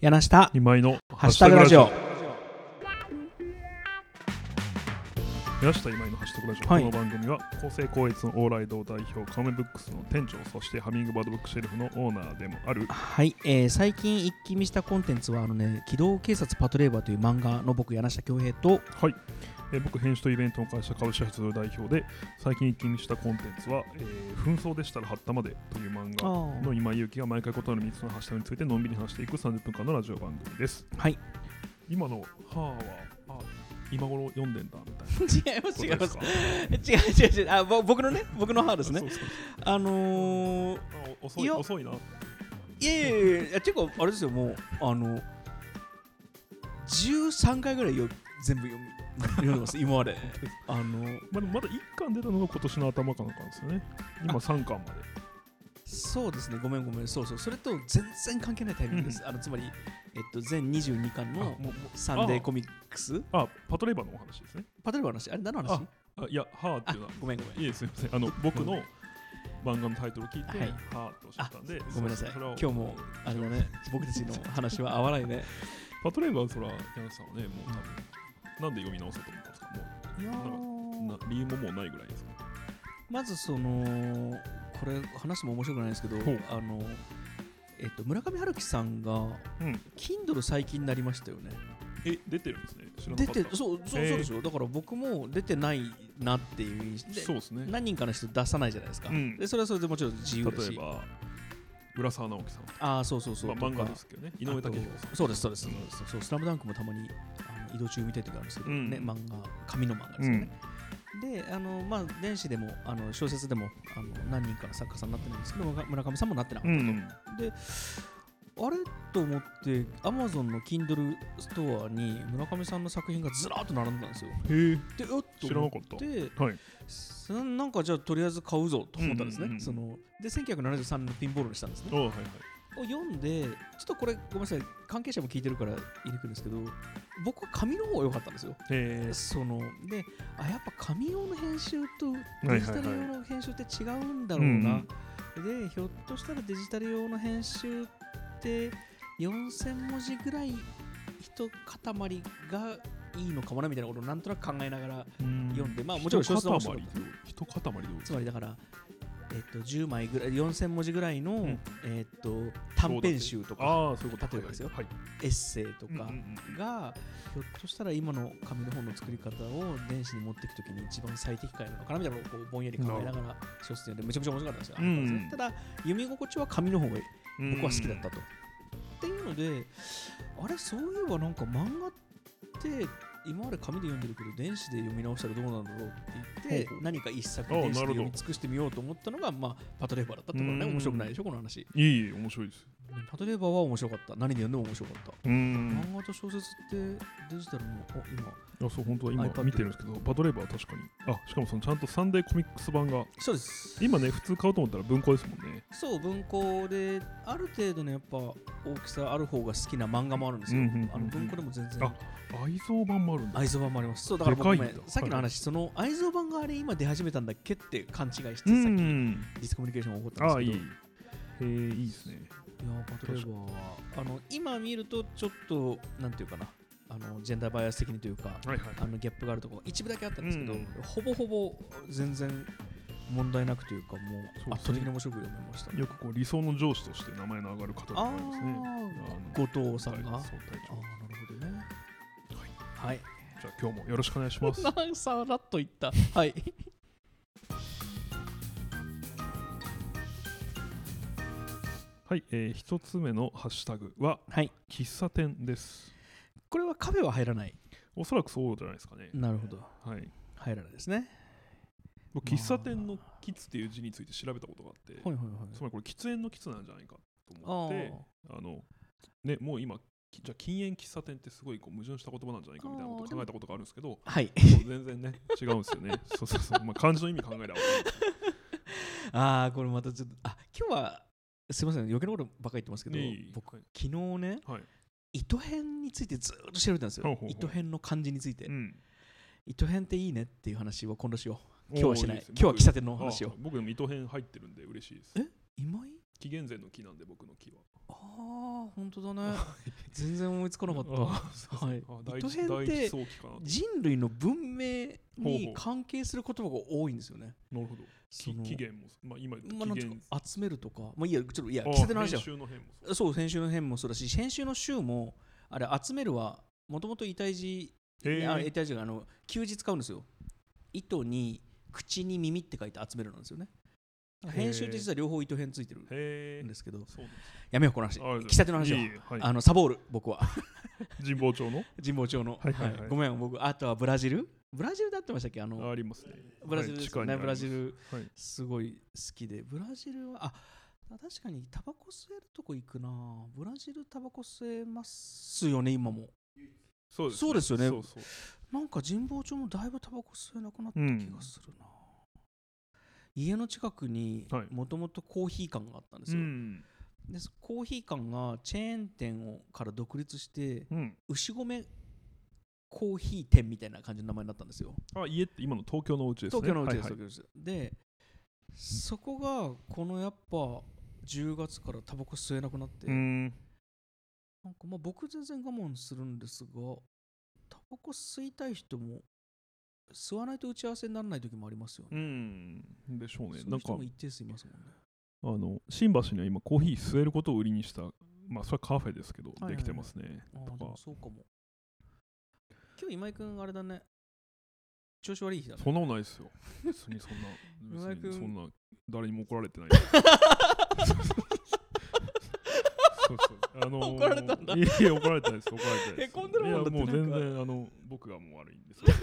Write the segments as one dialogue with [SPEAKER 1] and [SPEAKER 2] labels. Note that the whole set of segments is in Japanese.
[SPEAKER 1] 柳下
[SPEAKER 2] 二枚の
[SPEAKER 1] ハッシュタグラジオ
[SPEAKER 2] 宮下今井のハッシュタグラジオ、
[SPEAKER 1] はい
[SPEAKER 2] この番組は厚生高越のオーライド代表カメブックスの店長そしてハミングバードブックシェルフのオーナーでもある
[SPEAKER 1] はい、えー最近一気見したコンテンツはあのね「機動警察パトレーバー」という漫画の僕柳下恭平と
[SPEAKER 2] はい、えー僕編集とイベントの会社株式発動代表で最近一気にしたコンテンツは、えー紛争でしたら貼ったまでという漫画の今井勇気が毎回異なる3つのハッシュタグについてのんびり話していく30分間のラジオ番組です
[SPEAKER 1] はい
[SPEAKER 2] 今の「はーはあ今頃読んでんだみたいなこ
[SPEAKER 1] 違いま
[SPEAKER 2] とですか
[SPEAKER 1] 違う違う違うあぼ僕のね僕の歯です
[SPEAKER 2] そう
[SPEAKER 1] ね
[SPEAKER 2] そう
[SPEAKER 1] あのー、
[SPEAKER 2] あお遅
[SPEAKER 1] い
[SPEAKER 2] い
[SPEAKER 1] や
[SPEAKER 2] 遅いない
[SPEAKER 1] やいやいやいやていうかあれですよもうあの13回ぐらいよ全部読み読んでます今 まであの
[SPEAKER 2] まあ、でもまだ1巻出たのが今年の頭かなんかなんですよね。今
[SPEAKER 1] あ
[SPEAKER 2] 3巻まで。
[SPEAKER 1] そうですねごめんごめんそうそうそれと全然関係ないタイミングですあのつまりえっと全22巻
[SPEAKER 2] あ
[SPEAKER 1] の
[SPEAKER 2] もうもう
[SPEAKER 1] サンデーコミックス
[SPEAKER 2] あ、パトレーバーのお話ですね。
[SPEAKER 1] パトレーバーの話あれ何の話
[SPEAKER 2] あいや、はーって
[SPEAKER 1] あ
[SPEAKER 2] いうのは、
[SPEAKER 1] ごめんごめん
[SPEAKER 2] いいえすみません。あの、僕
[SPEAKER 1] う
[SPEAKER 2] の漫画のタイトルを聞いて、
[SPEAKER 1] はい
[SPEAKER 2] はーっておっしゃったんで、
[SPEAKER 1] ごめんなさい
[SPEAKER 2] それを
[SPEAKER 1] 今日もあのね僕たちの話は合わないね
[SPEAKER 2] パトレーバー、そら、柳さんはね、もう多分、なんで読み直そうと思ったんですか
[SPEAKER 1] いや
[SPEAKER 2] もうな、理由ももうないぐらいですか。
[SPEAKER 1] まずそのこれ話も面白くないんですけど
[SPEAKER 2] ほう
[SPEAKER 1] あのえっと村上春樹さんが
[SPEAKER 2] うん。
[SPEAKER 1] Kindle 最近になりましたよね
[SPEAKER 2] え、出てるんですね。知らな
[SPEAKER 1] 出
[SPEAKER 2] かった。
[SPEAKER 1] てそうそうそう
[SPEAKER 2] へー
[SPEAKER 1] ですよだから僕も出てないなっていう印象で
[SPEAKER 2] そうですね。
[SPEAKER 1] 何人かの人出さないじゃないですか、
[SPEAKER 2] うん
[SPEAKER 1] でそれはそれでもちろん自由だ
[SPEAKER 2] 例え
[SPEAKER 1] し
[SPEAKER 2] ば、浦沢直樹さん。
[SPEAKER 1] ああそうそうそう、
[SPEAKER 2] まあ、漫画
[SPEAKER 1] とか
[SPEAKER 2] ですけどね。井上武彦さん。
[SPEAKER 1] そうですそうです、
[SPEAKER 2] うん
[SPEAKER 1] そうそう「スラムダンクもたまにあの移動中見たい時あるんですけど、
[SPEAKER 2] うん
[SPEAKER 1] ね漫画紙の漫画ですよね、であのまあ電子でもあの小説でもあの何人かの作家さんになってないんですけど村村上さんもなってなか
[SPEAKER 2] う
[SPEAKER 1] っ
[SPEAKER 2] ん。
[SPEAKER 1] た、であれと思ってアマゾンの Kindle ストアに村上さんの作品がずらーっと並んでたんですよ
[SPEAKER 2] へえ。
[SPEAKER 1] でうっと
[SPEAKER 2] 知ら
[SPEAKER 1] 思
[SPEAKER 2] な
[SPEAKER 1] っ
[SPEAKER 2] かった。
[SPEAKER 1] て
[SPEAKER 2] はい。
[SPEAKER 1] すなんかじゃあとりあえず買うぞと思ったんですね、
[SPEAKER 2] うんうんうん
[SPEAKER 1] そので1973年のピンボールにしたんですね
[SPEAKER 2] おはいはい。
[SPEAKER 1] を読んでちょっとこれごめんなさい関係者も聞いてるから言いにくいんですけど僕は紙の方が良かったんですよ
[SPEAKER 2] え
[SPEAKER 1] そのであやっぱ紙用の編集と
[SPEAKER 2] は
[SPEAKER 1] デ
[SPEAKER 2] い
[SPEAKER 1] ジ
[SPEAKER 2] は
[SPEAKER 1] タ
[SPEAKER 2] い
[SPEAKER 1] ル用の編集って違うんだろうな、でひょっとしたらデジタル用の編集って4000文字ぐらい一塊がいいのかもなみたいなことをなんとなく考えながら読んでまあもちろん小説は面白かった
[SPEAKER 2] 一塊で一塊で読む
[SPEAKER 1] つまりだから、えっと、10枚ぐらい4000文字ぐらいの、
[SPEAKER 2] ん
[SPEAKER 1] えっと、短編集とか
[SPEAKER 2] ああそういうこと
[SPEAKER 1] 例えばですよ
[SPEAKER 2] はいはい
[SPEAKER 1] エッセイとか
[SPEAKER 2] うんうんうん
[SPEAKER 1] が、ひょっとしたら今の紙の本の作り方を電子に持っていくときに一番最適解なのかなみたいなのをこうぼんやり考えながら小説読んでめちゃくちゃ面白かったんですよ。
[SPEAKER 2] うんうん
[SPEAKER 1] あのただ読み心地は紙の方が僕は好きだったと。っていうのであれそういえばなんか漫画って今まで紙で読んでるけど電子で読み直したらどうなんだろうって言って
[SPEAKER 2] ほうほう
[SPEAKER 1] 何か一作
[SPEAKER 2] ああ
[SPEAKER 1] 電子で
[SPEAKER 2] なるほ
[SPEAKER 1] 読
[SPEAKER 2] ど
[SPEAKER 1] み尽くしてみようと思ったのが、まあ、パトレーバーだったってことね
[SPEAKER 2] うん
[SPEAKER 1] 面白くないでしょこの話
[SPEAKER 2] いいいい面白いです
[SPEAKER 1] パトレーバーは面白かった何で読んでも面白かった
[SPEAKER 2] うん
[SPEAKER 1] 漫画と小説ってデジタルのお今
[SPEAKER 2] いやそう本当は今
[SPEAKER 1] iPad
[SPEAKER 2] 見てるんですけどバトレーバーは確かにあしかもそのちゃんとサンデーコミックス版が
[SPEAKER 1] そうです
[SPEAKER 2] 今ね普通買おうと思ったら文庫ですもんね
[SPEAKER 1] そう文庫である程度のやっぱ大きさある方が好きな漫画もあるんですよ、
[SPEAKER 2] うんうんうんうん
[SPEAKER 1] あの文庫でも全然
[SPEAKER 2] あ愛蔵版もあるんだ
[SPEAKER 1] 愛蔵版もありますそうだから僕
[SPEAKER 2] で
[SPEAKER 1] ご
[SPEAKER 2] か
[SPEAKER 1] め
[SPEAKER 2] いんだ
[SPEAKER 1] んさっきの話、
[SPEAKER 2] はい
[SPEAKER 1] その愛蔵版があれ今出始めたんだっけって勘違いして、
[SPEAKER 2] う
[SPEAKER 1] さっきデ
[SPEAKER 2] ん
[SPEAKER 1] ィスコミュニケーションが起こったんです
[SPEAKER 2] あ
[SPEAKER 1] け
[SPEAKER 2] い
[SPEAKER 1] ど
[SPEAKER 2] いえー、いいですね
[SPEAKER 1] いやーパトレーバーはあの今見るとちょっとなんていうかなあのジェンダーバイアス的にというか
[SPEAKER 2] はいはい
[SPEAKER 1] あのギャップがあるところ一部だけあったんですけど、
[SPEAKER 2] うん
[SPEAKER 1] ほぼほぼ全然問題なくというかも
[SPEAKER 2] そうです
[SPEAKER 1] う
[SPEAKER 2] ね
[SPEAKER 1] 圧倒的に面白く読めました、
[SPEAKER 2] よくこう理想の上司として名前の上がる方でもありますね
[SPEAKER 1] あー後藤さんが、
[SPEAKER 2] はい
[SPEAKER 1] あ
[SPEAKER 2] そう隊
[SPEAKER 1] あ
[SPEAKER 2] 長
[SPEAKER 1] ーなるほどねはい、
[SPEAKER 2] じゃあ今日もよろしくお願いします
[SPEAKER 1] はい、 なさらっと言ったはい
[SPEAKER 2] はい、えー、一つ目のハッシュタグは、
[SPEAKER 1] はい
[SPEAKER 2] 喫茶店です。
[SPEAKER 1] これはカフェは入らない
[SPEAKER 2] おそらくそうじゃないですかね。
[SPEAKER 1] なるほど
[SPEAKER 2] はい、
[SPEAKER 1] 入らないですね
[SPEAKER 2] 僕
[SPEAKER 1] まあ
[SPEAKER 2] 喫茶店の「喫」っていう字について調べたことがあって、
[SPEAKER 1] はいはいはい
[SPEAKER 2] つまりこれ喫煙の「喫」なんじゃないかと思
[SPEAKER 1] あ
[SPEAKER 2] って
[SPEAKER 1] ー
[SPEAKER 2] あの、ね、もう今きじゃあ禁煙喫茶店ってすごいこう矛盾した言葉なんじゃないかみたいなことを考えたことがあるんです けど
[SPEAKER 1] はい
[SPEAKER 2] そう全然ね違うんです よね。そうそうそう、まあ、漢字の意味考えれば分かるんです
[SPEAKER 1] ああこれまたちょっとあ今日はすいません余計なことばっかり言ってます
[SPEAKER 2] け
[SPEAKER 1] け
[SPEAKER 2] ど
[SPEAKER 1] ど、僕
[SPEAKER 2] 僕、はい
[SPEAKER 1] 昨日ね
[SPEAKER 2] はい
[SPEAKER 1] 糸編についてずーっと調べたんですよ
[SPEAKER 2] ほうほうほう
[SPEAKER 1] 糸編の漢字について、
[SPEAKER 2] うん、
[SPEAKER 1] 糸編っていいねっていう話を今度しよう今日はしない
[SPEAKER 2] おーですね
[SPEAKER 1] 今日は喫茶店の話を
[SPEAKER 2] あ僕でも糸編入ってるんで嬉しいです。
[SPEAKER 1] え今井
[SPEAKER 2] 紀元前の木なんで僕の木は
[SPEAKER 1] ああ本当だね全然思いつかなかった
[SPEAKER 2] あ
[SPEAKER 1] はい
[SPEAKER 2] あ
[SPEAKER 1] 糸
[SPEAKER 2] 第一
[SPEAKER 1] 編っ
[SPEAKER 2] 第一
[SPEAKER 1] て
[SPEAKER 2] 早期かなと
[SPEAKER 1] 人類の文明
[SPEAKER 2] ほうほ
[SPEAKER 1] に
[SPEAKER 2] う
[SPEAKER 1] 関係する言葉が多いんですよね。
[SPEAKER 2] なるほど
[SPEAKER 1] そ
[SPEAKER 2] き
[SPEAKER 1] の
[SPEAKER 2] 期限もまあ今言
[SPEAKER 1] まあ、
[SPEAKER 2] っ
[SPEAKER 1] なん
[SPEAKER 2] た期
[SPEAKER 1] てい
[SPEAKER 2] 限
[SPEAKER 1] うか集めるとか、まあ、いいやちょっといや
[SPEAKER 2] あ
[SPEAKER 1] 喫茶店の話だ
[SPEAKER 2] 編集の編もそう
[SPEAKER 1] そう先週の編もそうだし先週の週もあれ集めるはもともと遺体児
[SPEAKER 2] へえ
[SPEAKER 1] あ遺体児があの休日使うんですよ糸に口に耳って書いて集めるなんですよね編集って実は両方糸編ついてるん
[SPEAKER 2] へえ
[SPEAKER 1] ですけど
[SPEAKER 2] そうなんです
[SPEAKER 1] やめようこの話
[SPEAKER 2] あ
[SPEAKER 1] 喫茶店の話はい
[SPEAKER 2] えいえはい
[SPEAKER 1] あのサボール僕は
[SPEAKER 2] 神保町の
[SPEAKER 1] 神保町の、
[SPEAKER 2] はいはいはい
[SPEAKER 1] ごめん僕あとはブラジルブラジルだってましたっけあの
[SPEAKER 2] あありますね
[SPEAKER 1] ブラジルですよね、
[SPEAKER 2] はい地下にあります
[SPEAKER 1] ブラジル、
[SPEAKER 2] はい
[SPEAKER 1] すごい好きで、ブラジルは、あ確かにタバコ吸えるとこ行くな、ブラジルタバコ吸えますよね、今も。
[SPEAKER 2] そうですね
[SPEAKER 1] そうですよね
[SPEAKER 2] そうそう
[SPEAKER 1] なんか神保町もだいぶタバコ吸えなくなった
[SPEAKER 2] う
[SPEAKER 1] 気
[SPEAKER 2] ん
[SPEAKER 1] がするな。家の近くに
[SPEAKER 2] はい
[SPEAKER 1] もともとコーヒー館があったんです
[SPEAKER 2] う
[SPEAKER 1] よ、
[SPEAKER 2] ん
[SPEAKER 1] でそコーヒー館がチェーン店をから独立して
[SPEAKER 2] うん
[SPEAKER 1] 牛米コーヒー店みたいな感じの名前になったんですよ
[SPEAKER 2] あ家って今の東京のお家ですね
[SPEAKER 1] 東京のうちです、
[SPEAKER 2] はいは
[SPEAKER 1] 東
[SPEAKER 2] い
[SPEAKER 1] 京のうちですでそこがこのやっぱ10月からタバコ吸えなくなって、
[SPEAKER 2] うーん
[SPEAKER 1] なんかまあ僕全然我慢するんですがタバコ吸いたい人も吸わないと打ち合わせにならない時もありますよね、
[SPEAKER 2] うんでしょうね
[SPEAKER 1] そうい
[SPEAKER 2] な
[SPEAKER 1] うん人
[SPEAKER 2] か
[SPEAKER 1] も一定数いますもんね
[SPEAKER 2] あの新橋には今コーヒー吸えることを売りにしたまあそれはカフェですけど
[SPEAKER 1] いはい
[SPEAKER 2] できてますね
[SPEAKER 1] あ
[SPEAKER 2] と
[SPEAKER 1] あでも
[SPEAKER 2] か
[SPEAKER 1] そうかも今日今井君あれだね調子悪い日だ ね
[SPEAKER 2] そんなことないですよ別にそんな
[SPEAKER 1] 村 井
[SPEAKER 2] 別に
[SPEAKER 1] 君
[SPEAKER 2] そんな誰にも怒られてないそうそうあの ー
[SPEAKER 1] 怒られたんだ
[SPEAKER 2] いやいや怒られてないです怒られてないです
[SPEAKER 1] へこんでるもんだって
[SPEAKER 2] いやもう全
[SPEAKER 1] な
[SPEAKER 2] 然あの僕がもう悪いんですけど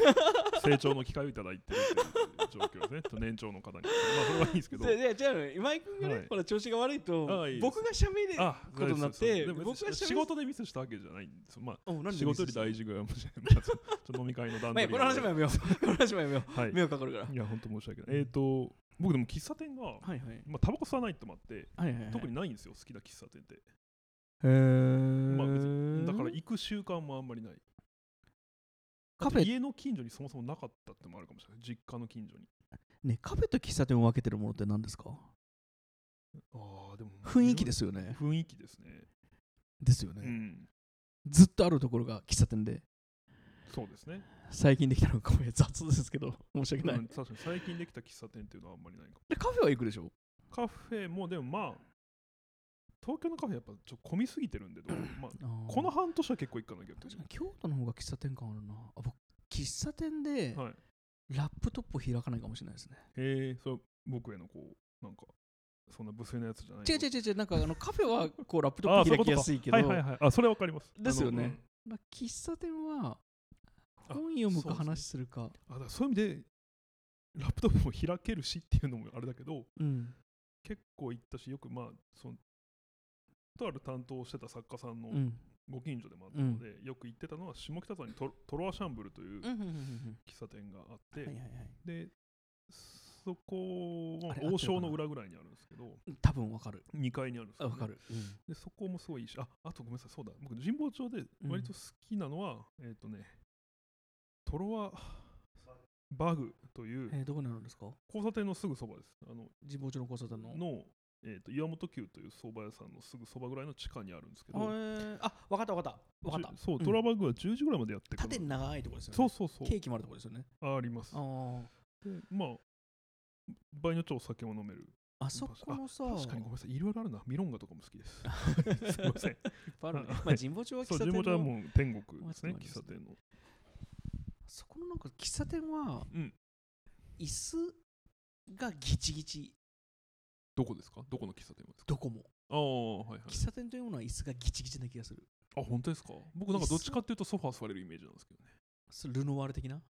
[SPEAKER 2] 成長の機会をいただいてるっていう状況で すねちょっと年長の方にまあそれはいいですけど
[SPEAKER 1] でで違うのよ今井君がね、
[SPEAKER 2] はい
[SPEAKER 1] ほら調子が悪いと
[SPEAKER 2] ああいいです
[SPEAKER 1] 僕が喋れる
[SPEAKER 2] あ
[SPEAKER 1] ことになって
[SPEAKER 2] そうですそうですでも
[SPEAKER 1] 僕が喋る
[SPEAKER 2] 仕事でミスしたわけじゃないんですよまあ
[SPEAKER 1] お何
[SPEAKER 2] 仕事より大
[SPEAKER 1] 事
[SPEAKER 2] 事ぐらいかもしれないまあちょっと飲み会の段
[SPEAKER 1] まあい
[SPEAKER 2] 取
[SPEAKER 1] いや
[SPEAKER 2] り
[SPEAKER 1] こ の話もやめよ うこの話もやめよう
[SPEAKER 2] はい
[SPEAKER 1] 迷惑かかるから
[SPEAKER 2] いや本当申し訳ないえっと僕でも喫茶店が
[SPEAKER 1] はいはい
[SPEAKER 2] まあタバコ吸わないってもあって
[SPEAKER 1] はいはいはい
[SPEAKER 2] 特にないんですよ好きな喫茶店って
[SPEAKER 1] へー
[SPEAKER 2] まあ別にだから行く習慣もあんまりない
[SPEAKER 1] カフェ
[SPEAKER 2] 家の近所にそもそもなかったってのもあるかもしれない実家の近所に
[SPEAKER 1] ねカフェと喫茶店を分けてるものって何ですか
[SPEAKER 2] ああでも
[SPEAKER 1] 雰囲気ですすよね
[SPEAKER 2] 雰囲気ですね
[SPEAKER 1] ですよね、
[SPEAKER 2] うん
[SPEAKER 1] ずっとあるところが喫茶店で
[SPEAKER 2] そうですね
[SPEAKER 1] 最近できたのかも雑ですけど申し訳ない、
[SPEAKER 2] うん確かに最近できた喫茶店っていうのはあんまりないかも
[SPEAKER 1] でカフェは行くでしょ
[SPEAKER 2] カフェもでもまあ東京のカフェやっぱちょっと混みすぎてるんでどうまあこの半年は結構行かなきゃ
[SPEAKER 1] 確かに京都の方が喫茶店感あるなあ僕喫茶店で
[SPEAKER 2] はい
[SPEAKER 1] ラップトップを開かないかもしれないですね、
[SPEAKER 2] へえそれ僕へのこうなんかそんな無粋なやつじゃない
[SPEAKER 1] 違う違う違う違うなんかあのカフェはこうラップト
[SPEAKER 2] あ
[SPEAKER 1] ップ
[SPEAKER 2] あそうい
[SPEAKER 1] 開き
[SPEAKER 2] うこと
[SPEAKER 1] や
[SPEAKER 2] か
[SPEAKER 1] すいけど
[SPEAKER 2] はいはいはいあそれわかります
[SPEAKER 1] ですよね
[SPEAKER 2] あのうん
[SPEAKER 1] まあ喫茶店は
[SPEAKER 2] あ
[SPEAKER 1] 本読む
[SPEAKER 2] そう
[SPEAKER 1] か
[SPEAKER 2] ですね
[SPEAKER 1] 話するか
[SPEAKER 2] あだからそういう意味でラップトップも開けるしっていうのもあれだけど
[SPEAKER 1] うん
[SPEAKER 2] 結構行ったしよくまあそのとある担当してた作家さんの
[SPEAKER 1] うん
[SPEAKER 2] ご近所でもあったので、よく行ってたのは下北沢にトトロワシャンブルという
[SPEAKER 1] うんうんうん
[SPEAKER 2] 喫茶店があっ
[SPEAKER 1] う
[SPEAKER 2] て、
[SPEAKER 1] んはいはいはい
[SPEAKER 2] でそこ
[SPEAKER 1] あ
[SPEAKER 2] は
[SPEAKER 1] れ
[SPEAKER 2] 王将の裏ぐらいにあるんですけど
[SPEAKER 1] 多分わかる
[SPEAKER 2] 2階にあるんです
[SPEAKER 1] あ
[SPEAKER 2] よ
[SPEAKER 1] わ
[SPEAKER 2] ね
[SPEAKER 1] かる、うん
[SPEAKER 2] でそこもすごいいいしああとごめんなさいそうだ僕神保町で割と好きなのは、えっ、とねトロワバグという
[SPEAKER 1] えーどこにあるんですか
[SPEAKER 2] 交差点のすぐそばですあの
[SPEAKER 1] 神保町の交差点の。
[SPEAKER 2] の、えー、と岩本急という蕎麦屋さんのすぐそばぐらいの地下にあるんですけ
[SPEAKER 1] あ
[SPEAKER 2] ど、
[SPEAKER 1] ーあ、わかったわかった。わ
[SPEAKER 2] じ
[SPEAKER 1] かっ
[SPEAKER 2] ゅ
[SPEAKER 1] た。
[SPEAKER 2] そう、
[SPEAKER 1] ん
[SPEAKER 2] トラバグは10時ぐらいまでやってく
[SPEAKER 1] 縦に
[SPEAKER 2] る
[SPEAKER 1] 長いところですよね。
[SPEAKER 2] そうそうそう
[SPEAKER 1] ケーキもあるところですよね。
[SPEAKER 2] ああります
[SPEAKER 1] あー
[SPEAKER 2] でまあ場合によってはお酒も飲める
[SPEAKER 1] あそこのさ、
[SPEAKER 2] 確かにごめんなさいいろいろあるなミロンガとかも好きで すすいません
[SPEAKER 1] いっぱいあるね。
[SPEAKER 2] はい
[SPEAKER 1] まあ神保町は喫
[SPEAKER 2] そう
[SPEAKER 1] 茶
[SPEAKER 2] 地元は
[SPEAKER 1] 店の。
[SPEAKER 2] もう天国ですね
[SPEAKER 1] まあ
[SPEAKER 2] 喫茶店の
[SPEAKER 1] そこのなんか喫茶店は、
[SPEAKER 2] うん
[SPEAKER 1] 椅子がギチギチ、
[SPEAKER 2] どこですかどこの喫茶店ですか
[SPEAKER 1] どこも。
[SPEAKER 2] ああはいはい
[SPEAKER 1] 喫茶店というものは椅子がギチギチな気がする。
[SPEAKER 2] あ本当ですか僕なんかどっちかっていうとソファー座れるイメージなんですけどね
[SPEAKER 1] それルノワール的な
[SPEAKER 2] う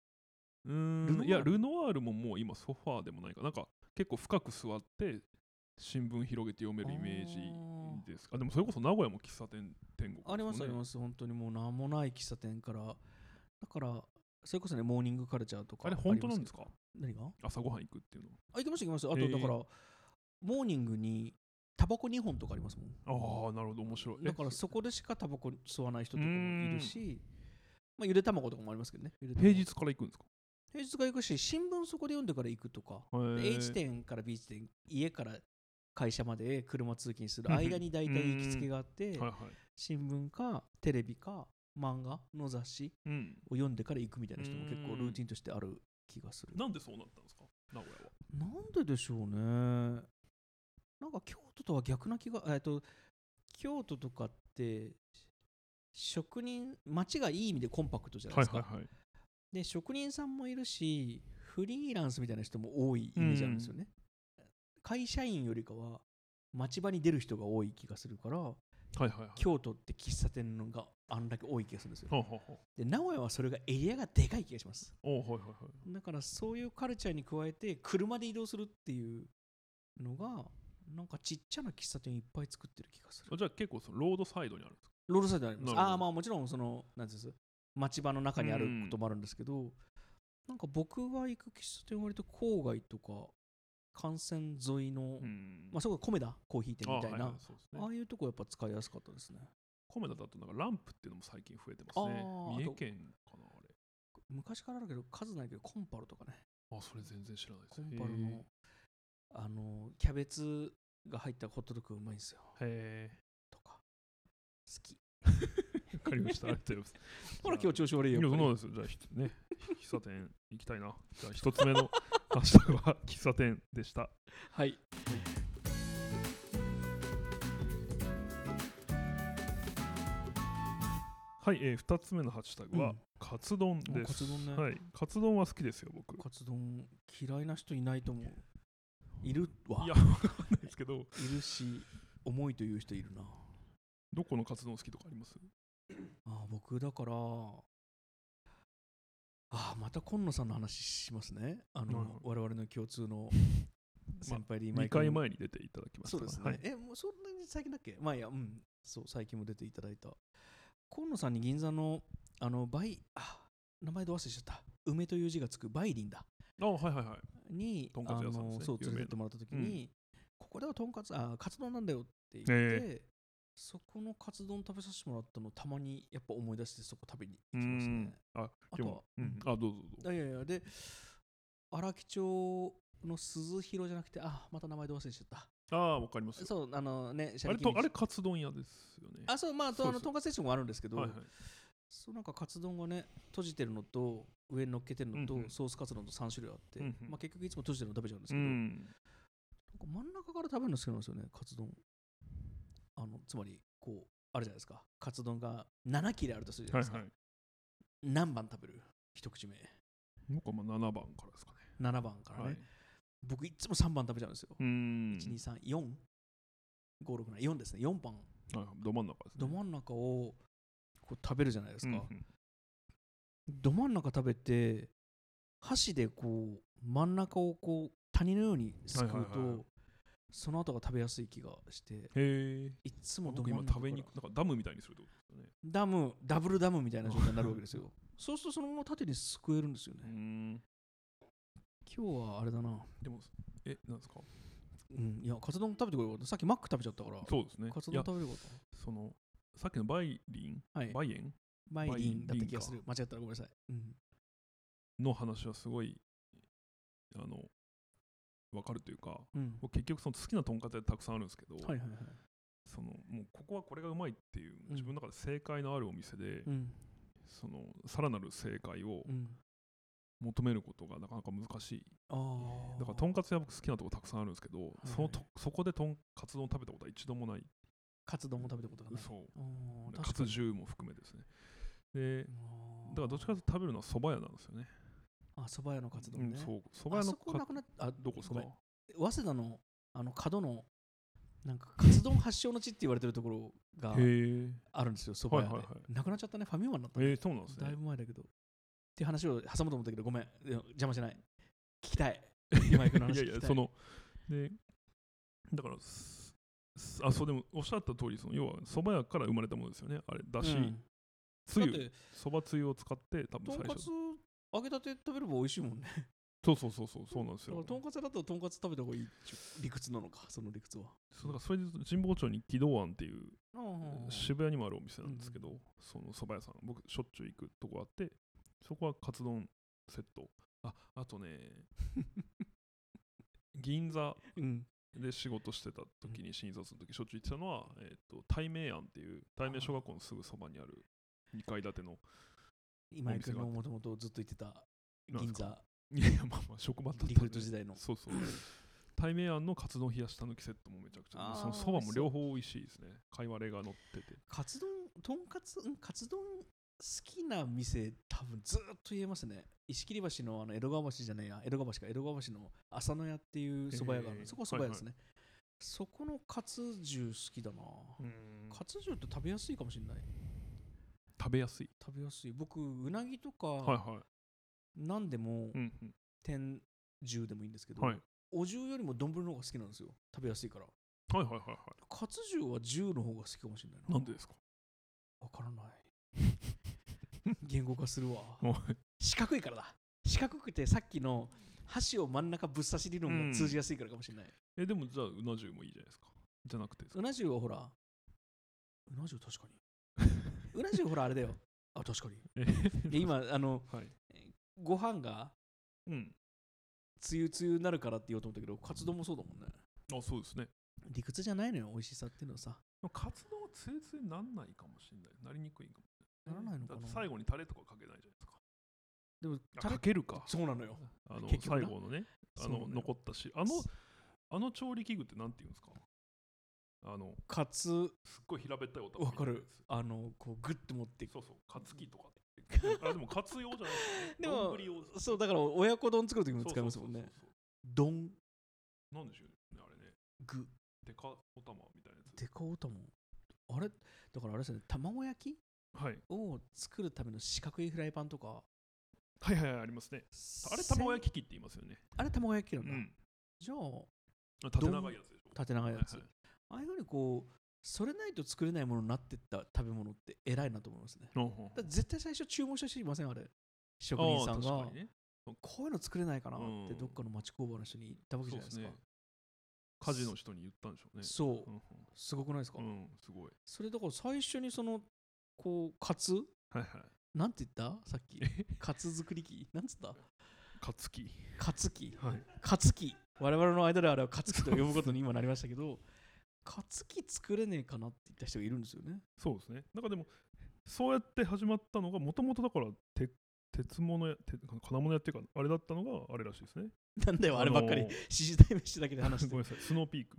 [SPEAKER 2] ーんいやルノワールももう今ソファーでもないかなんか結構深く座って新聞広げて読めるイメージですかあでもそれこそ名古屋も喫茶店天国ですもんね
[SPEAKER 1] ありますあります。本当にもうなんもない喫茶店から。だから、それこそね、モーニングカルチャーとか
[SPEAKER 2] あれ本当なんです
[SPEAKER 1] か
[SPEAKER 2] か
[SPEAKER 1] 何が
[SPEAKER 2] 朝ごはん行くっていう
[SPEAKER 1] あ、行きました行きました。あと、
[SPEAKER 2] えー
[SPEAKER 1] だから、モーニングにタバコ2本とかありますもん。
[SPEAKER 2] のああなるほど面白いえ
[SPEAKER 1] だからそこでしかタバコ吸わない人とかもいるし、まあ、ゆで卵とかもありますけどね。ゆで
[SPEAKER 2] 平
[SPEAKER 1] 卵
[SPEAKER 2] 日から行くんですか
[SPEAKER 1] 平日が行くし、新聞そこで読んでから行くとか、
[SPEAKER 2] へー
[SPEAKER 1] A 地点から B 地点、家から会社まで車通勤する間に大体行きつけがあって、
[SPEAKER 2] はいはい。
[SPEAKER 1] 新聞かテレビか漫画の雑誌
[SPEAKER 2] うん。
[SPEAKER 1] を読んでから行くみたいな人も結構ルーティンとしてある気がする。
[SPEAKER 2] なんでそうなったんですか名古屋は。
[SPEAKER 1] なんででしょうね。なんか京都とは逆な気が、えっと、京都とかって、職人、街がいい意味でコンパクトじゃないですか。
[SPEAKER 2] はい。
[SPEAKER 1] で、職人さんもいるし、フリーランスみたいな人も多いイメージあるんですよね。会社員よりかは、町場に出る人が多い気がするから、
[SPEAKER 2] はいはいはい。
[SPEAKER 1] 京都って喫茶店のがあんだけ多い気がするんですよ。
[SPEAKER 2] ほうほうほう
[SPEAKER 1] で、名古屋はそれがエリアがでかい気がします。
[SPEAKER 2] おうはいはいはい。
[SPEAKER 1] だからそういうカルチャーに加えて車で移動するっていうのがなんかちっちゃな喫茶店いっぱい作ってる気がする
[SPEAKER 2] あじゃあ結構そのロードサイドにあるんですか
[SPEAKER 1] ロードサイドあります
[SPEAKER 2] なるほど
[SPEAKER 1] ああまあもちろんそのなんていうんです町場の中にあることもあるんですけどなんか僕が行く喫茶店は割と郊外とか幹線沿いの、
[SPEAKER 2] ん
[SPEAKER 1] まあそこが米田コーヒー店みたいなあ,、
[SPEAKER 2] あ,、はいはいそうですね
[SPEAKER 1] あいうとこやっぱ使いやすかったですね
[SPEAKER 2] コメダだとなんかランプっていうのも最近増えてますね
[SPEAKER 1] あー。
[SPEAKER 2] 三重県かなあれ。
[SPEAKER 1] 昔からあるけど数ないけどコンパルとかね
[SPEAKER 2] あ、それ全然知らないです。
[SPEAKER 1] コンパル
[SPEAKER 2] へ
[SPEAKER 1] のあのキャベツが入ったホットドッグがうまいんですよ
[SPEAKER 2] ー。 へ
[SPEAKER 1] とか好き
[SPEAKER 2] え。わかりました。ありがとうございます。
[SPEAKER 1] ほら今日調子悪い
[SPEAKER 2] い
[SPEAKER 1] よ
[SPEAKER 2] や、
[SPEAKER 1] や
[SPEAKER 2] そ
[SPEAKER 1] っ
[SPEAKER 2] う
[SPEAKER 1] ぱり
[SPEAKER 2] なんですよ。じゃあひ、 ね、喫茶店行きたいな。じゃあ、一つ目の ハッシュタグは喫茶店でした。
[SPEAKER 1] はい
[SPEAKER 2] はい、えー、二つ目のハッシュタグは、
[SPEAKER 1] うん
[SPEAKER 2] カツ丼
[SPEAKER 1] あ
[SPEAKER 2] で
[SPEAKER 1] カ
[SPEAKER 2] す。
[SPEAKER 1] ツ丼ね
[SPEAKER 2] はい。カツ丼は好きですよ、僕。
[SPEAKER 1] カツ丼嫌いな人いないと思ういるわ
[SPEAKER 2] い
[SPEAKER 1] い
[SPEAKER 2] や、わかんないですけど、
[SPEAKER 1] るし重いという人いるな
[SPEAKER 2] どこのカツ丼好きとかあります
[SPEAKER 1] あ僕だからあまた今野さんの話しますねあの、
[SPEAKER 2] はいはい
[SPEAKER 1] 我々の共通 の先輩で今井
[SPEAKER 2] ?2
[SPEAKER 1] 君
[SPEAKER 2] 回前に出ていただきました
[SPEAKER 1] そう
[SPEAKER 2] か
[SPEAKER 1] で
[SPEAKER 2] ら
[SPEAKER 1] すね、
[SPEAKER 2] は
[SPEAKER 1] え
[SPEAKER 2] い、
[SPEAKER 1] もうそんなに最近だっけまあいいやうんそう最近も出ていただいた河野さんに銀座のあのバイあ名前ど忘れしちゃった梅という字がつくバイリンだ
[SPEAKER 2] あ、はいはいはい。
[SPEAKER 1] に
[SPEAKER 2] とんかつ屋さんですね
[SPEAKER 1] あのそう
[SPEAKER 2] 有名
[SPEAKER 1] 連れ
[SPEAKER 2] な
[SPEAKER 1] てってもらった時に、ここではとんかつあカツ丼なんだよって言って、そこのカツ丼食べさせてもらったのたまにやっぱ思い出してそこ食べに
[SPEAKER 2] う
[SPEAKER 1] 行きますね
[SPEAKER 2] ん。あ、
[SPEAKER 1] あ
[SPEAKER 2] で
[SPEAKER 1] とは
[SPEAKER 2] も、うん、あ、どうぞどうぞ。
[SPEAKER 1] あいやいやで荒木町の鈴広じゃなくてあまた名前ど忘れしちゃった
[SPEAKER 2] ああ、わかりますよ。
[SPEAKER 1] そうあのね
[SPEAKER 2] あ
[SPEAKER 1] 車
[SPEAKER 2] れ
[SPEAKER 1] 力
[SPEAKER 2] と、あれ、カツ丼屋ですよね。
[SPEAKER 1] あそうまあと
[SPEAKER 2] そう
[SPEAKER 1] あの
[SPEAKER 2] そう
[SPEAKER 1] とんかつ定食もあるんですけど、
[SPEAKER 2] はいはい。
[SPEAKER 1] そうなんかカツ丼がね閉じてるのと上に乗っけてるのと、
[SPEAKER 2] うんうん
[SPEAKER 1] ソースカツ丼と3種類あって、
[SPEAKER 2] うんうん
[SPEAKER 1] まあ、結局いつも閉じてるの食べちゃうんです
[SPEAKER 2] う
[SPEAKER 1] けど、
[SPEAKER 2] ん。
[SPEAKER 1] なんか真ん中から食べるの好きなんですよねカツ丼あのつまりこうあるじゃないですかカツ丼が7切れあるとするじゃな
[SPEAKER 2] はい
[SPEAKER 1] です
[SPEAKER 2] い
[SPEAKER 1] か、
[SPEAKER 2] はい。
[SPEAKER 1] 何番食べる一口目
[SPEAKER 2] 僕はまあ7番からですかね。
[SPEAKER 1] 7番からね、
[SPEAKER 2] はい。
[SPEAKER 1] 僕いつも3番食べちゃうんですよ、
[SPEAKER 2] うん。
[SPEAKER 1] 123456 4ですね4番
[SPEAKER 2] はいはいど真ん中ですね。
[SPEAKER 1] ど真ん中をこう食べるじゃないですか、
[SPEAKER 2] うんうん
[SPEAKER 1] ど真ん中食べて箸でこう真ん中をこう谷のようにすくうと、
[SPEAKER 2] はいはいはいはい
[SPEAKER 1] その後が食べやすい気がして
[SPEAKER 2] へえ。
[SPEAKER 1] いつもど
[SPEAKER 2] 僕
[SPEAKER 1] 真ん
[SPEAKER 2] 今
[SPEAKER 1] 中
[SPEAKER 2] 食
[SPEAKER 1] か
[SPEAKER 2] べ
[SPEAKER 1] ら
[SPEAKER 2] にくなんかダムみたいにするってことですよね。
[SPEAKER 1] ダムダブルダムみたいな状態になるわけですよそうするとそのまま縦にすくえるんですよ
[SPEAKER 2] う
[SPEAKER 1] ね
[SPEAKER 2] ん。
[SPEAKER 1] 今日はあれだな
[SPEAKER 2] でも、え、なんですか
[SPEAKER 1] うんいやカツ丼食べてこようさっきマック食べちゃったから
[SPEAKER 2] そうですね。
[SPEAKER 1] カツ
[SPEAKER 2] いや
[SPEAKER 1] 丼食べるこ
[SPEAKER 2] そのさっきのバイリン、
[SPEAKER 1] とはい
[SPEAKER 2] バイエン
[SPEAKER 1] バイリンだった気
[SPEAKER 2] バイリン
[SPEAKER 1] が
[SPEAKER 2] か
[SPEAKER 1] する間違ったらごめんなさい、うん、
[SPEAKER 2] の話はすごいあのわかるというか
[SPEAKER 1] うん、
[SPEAKER 2] 僕結局その好きなとんかつ屋たくさんあるんですけど、
[SPEAKER 1] はいはいはい
[SPEAKER 2] そのもうここはこれがうまいっていう
[SPEAKER 1] うん
[SPEAKER 2] 自分の中で正解のあるお店で、
[SPEAKER 1] うん
[SPEAKER 2] そのさらなる正解を
[SPEAKER 1] うん
[SPEAKER 2] 求めることがなかなか難しい
[SPEAKER 1] ああ
[SPEAKER 2] だからとんかつ屋僕好きなとこたくさんあるんですけど、
[SPEAKER 1] い
[SPEAKER 2] そのとそこでとんかつ丼食べたことは一度もない、
[SPEAKER 1] カツ丼も食べたことがない
[SPEAKER 2] そう
[SPEAKER 1] あー
[SPEAKER 2] カ
[SPEAKER 1] 確か
[SPEAKER 2] ツ
[SPEAKER 1] に
[SPEAKER 2] 重も含めですねで
[SPEAKER 1] あー
[SPEAKER 2] だからどっちかというと食べるのは蕎麦屋なんですよね
[SPEAKER 1] あ、蕎麦屋のカツ
[SPEAKER 2] うん
[SPEAKER 1] 丼ね。
[SPEAKER 2] そう蕎麦
[SPEAKER 1] あ
[SPEAKER 2] 屋
[SPEAKER 1] そ
[SPEAKER 2] の
[SPEAKER 1] こなくなっあ、
[SPEAKER 2] どこですか
[SPEAKER 1] ごめん早稲田の、あの、角の、なんか、カツ丼発祥の地って言われてるところが
[SPEAKER 2] へえ
[SPEAKER 1] あるんですよ、蕎麦屋で。
[SPEAKER 2] はいはいは
[SPEAKER 1] なくなっちゃったね、ファミマになった
[SPEAKER 2] え
[SPEAKER 1] ね、
[SPEAKER 2] ーそうなんですね
[SPEAKER 1] だいぶ前だけど。って話を挟もうと思ったけど、ごめん、いや邪魔じゃない。聞きたい。今行くの
[SPEAKER 2] い
[SPEAKER 1] 話
[SPEAKER 2] や
[SPEAKER 1] 聞き
[SPEAKER 2] い
[SPEAKER 1] たい。
[SPEAKER 2] やそのでだからすすあそうでもおっしゃった通りその要は蕎麦屋から生まれたものですよねあれだ
[SPEAKER 1] うん、
[SPEAKER 2] し、
[SPEAKER 1] だ
[SPEAKER 2] つ
[SPEAKER 1] っ
[SPEAKER 2] ゆ
[SPEAKER 1] て、
[SPEAKER 2] 蕎麦つゆを使って
[SPEAKER 1] と
[SPEAKER 2] 多分
[SPEAKER 1] ん
[SPEAKER 2] 最
[SPEAKER 1] か
[SPEAKER 2] 初
[SPEAKER 1] つ揚げたて食べれば美味しいもんね。
[SPEAKER 2] そうそうそうそうそうなんです
[SPEAKER 1] だか
[SPEAKER 2] よ
[SPEAKER 1] ら、とんかつ屋だととんかつ食べた方がいいっていう理屈なのか、その理屈は。
[SPEAKER 2] そうだからそれで言うと神保町に木道庵っていう
[SPEAKER 1] あ
[SPEAKER 2] 渋谷にもあるお店なんですけど、その蕎麦屋さん僕しょっちゅう行くとこあってそこはカツ丼 セットああとね銀座
[SPEAKER 1] うん。
[SPEAKER 2] で仕事してた時に新卒の時しょっちゅう行ってたのは、えー、と対名庵っていう対名小学校のすぐそばにある2階建ての
[SPEAKER 1] 今井君ももともとずっと言ってた
[SPEAKER 2] なん
[SPEAKER 1] 銀
[SPEAKER 2] すか
[SPEAKER 1] 座
[SPEAKER 2] いやいやまあまあ職場だったんで
[SPEAKER 1] リクルート時代の
[SPEAKER 2] そうそう対名庵のカツ丼冷やしたぬきセットもめちゃくちゃ
[SPEAKER 1] あー
[SPEAKER 2] そのそばも両方美味しいですね貝割れが乗ってて
[SPEAKER 1] カツ丼とんかつうんカツ丼好きな店多分ずーっと言えますね石切橋のあの江戸川橋じゃねえや江戸川橋か江戸川橋の浅野屋っていう蕎麦屋がある、
[SPEAKER 2] えー
[SPEAKER 1] そこ蕎麦屋ですね、そこのカツ重好きだなカツ重って食べやすいかもしれない
[SPEAKER 2] 食べやすい
[SPEAKER 1] 食べやすい僕うなぎと
[SPEAKER 2] はい
[SPEAKER 1] か
[SPEAKER 2] は
[SPEAKER 1] 何でも
[SPEAKER 2] いうんうん
[SPEAKER 1] 天重でもいいんですけど、
[SPEAKER 2] はい
[SPEAKER 1] お重よりも丼の方が好きなんですよ食べやすいから
[SPEAKER 2] はいはいはいは
[SPEAKER 1] カツ重は重の方が好きかもしれない
[SPEAKER 2] い
[SPEAKER 1] な
[SPEAKER 2] なんでですか
[SPEAKER 1] わからない言語化するわ
[SPEAKER 2] はい
[SPEAKER 1] 四角いからだ四角くてさっきの箸を真ん中ぶっ刺し理論が通じやすいからかもしれない、
[SPEAKER 2] えでもじゃあうな重もいいじゃないですかじゃなくてです
[SPEAKER 1] う
[SPEAKER 2] か
[SPEAKER 1] な重はほらうな重確かにうな重ほらあれだよあ確かに
[SPEAKER 2] え
[SPEAKER 1] で今あの
[SPEAKER 2] はい
[SPEAKER 1] ご飯が
[SPEAKER 2] うん
[SPEAKER 1] つゆつゆになるからって言おうと思ったけどカツ丼もそうだもんね
[SPEAKER 2] あそうですね
[SPEAKER 1] 理屈じゃないのよ美味しさっていうのはさ
[SPEAKER 2] カツ丼はつえつえなんないかもしれないなりにくいかも
[SPEAKER 1] ならないのかな
[SPEAKER 2] だって最後にタレとかかけないじゃないですか
[SPEAKER 1] でも
[SPEAKER 2] あ
[SPEAKER 1] タレ
[SPEAKER 2] かけるか
[SPEAKER 1] そうなのよ
[SPEAKER 2] あの
[SPEAKER 1] 結局な
[SPEAKER 2] 最後のねあ
[SPEAKER 1] そうなの
[SPEAKER 2] の
[SPEAKER 1] よ
[SPEAKER 2] 残ったしあのあの調理器具ってなんて言うんですかあの
[SPEAKER 1] カツ
[SPEAKER 2] すっごい平べったいおた
[SPEAKER 1] わかるあのこうグッて持って
[SPEAKER 2] そうそうカツキとかってあでもカツ用じゃない
[SPEAKER 1] で
[SPEAKER 2] 丼
[SPEAKER 1] も
[SPEAKER 2] 用
[SPEAKER 1] そうだから親子丼作る時も使いますもんね
[SPEAKER 2] そうそうそう
[SPEAKER 1] 丼
[SPEAKER 2] そうなんでしょうねあれね
[SPEAKER 1] 具
[SPEAKER 2] デカお玉みたいなやつ
[SPEAKER 1] デカオタもあれだからあれですね卵焼き
[SPEAKER 2] はい
[SPEAKER 1] を作るための四角いフライパンとか
[SPEAKER 2] はいはいはいありますねあれ卵
[SPEAKER 1] き
[SPEAKER 2] 焼き器って言いますよね
[SPEAKER 1] あれ卵焼きなん
[SPEAKER 2] う
[SPEAKER 1] だ、
[SPEAKER 2] ん
[SPEAKER 1] じゃあ
[SPEAKER 2] あ縦長いやつでしょ
[SPEAKER 1] 縦長いやつ、
[SPEAKER 2] はいはい
[SPEAKER 1] ああいうふうにこうそれないと作れないものになってった食べ物って偉いなと思いますね
[SPEAKER 2] うんうん
[SPEAKER 1] だから絶対最初注文した人いませんあれ職人さん
[SPEAKER 2] あー
[SPEAKER 1] が、
[SPEAKER 2] 確かにね
[SPEAKER 1] こういうの作れないかなって
[SPEAKER 2] うん
[SPEAKER 1] どっかの町工場の人に言ったわけじゃないですか
[SPEAKER 2] そうです家事の人に言ったんでしょうね
[SPEAKER 1] そう,、
[SPEAKER 2] うんうん
[SPEAKER 1] すごくないですか、
[SPEAKER 2] うん、すごい。
[SPEAKER 1] それだから最初にそのこうカツ
[SPEAKER 2] はいはい。
[SPEAKER 1] なんて言ったさっきカツ作り機なんつった
[SPEAKER 2] カツキ。
[SPEAKER 1] カツ機
[SPEAKER 2] はい。
[SPEAKER 1] カツ機我々の間ではあれはカツ機と呼ぶことに今なりましたけどカツ機作れねえかなって言った人がいるんですよね
[SPEAKER 2] そうですね。なんかでも、そうやって始まったのが、もともとだから、鉄鉄物や、鉄金物やっていうか、あれだったのがあれらしいですね。
[SPEAKER 1] なんだよあればっかり
[SPEAKER 2] のー
[SPEAKER 1] 指示代飯だけで話して
[SPEAKER 2] ごめんなさい、スノーピーク。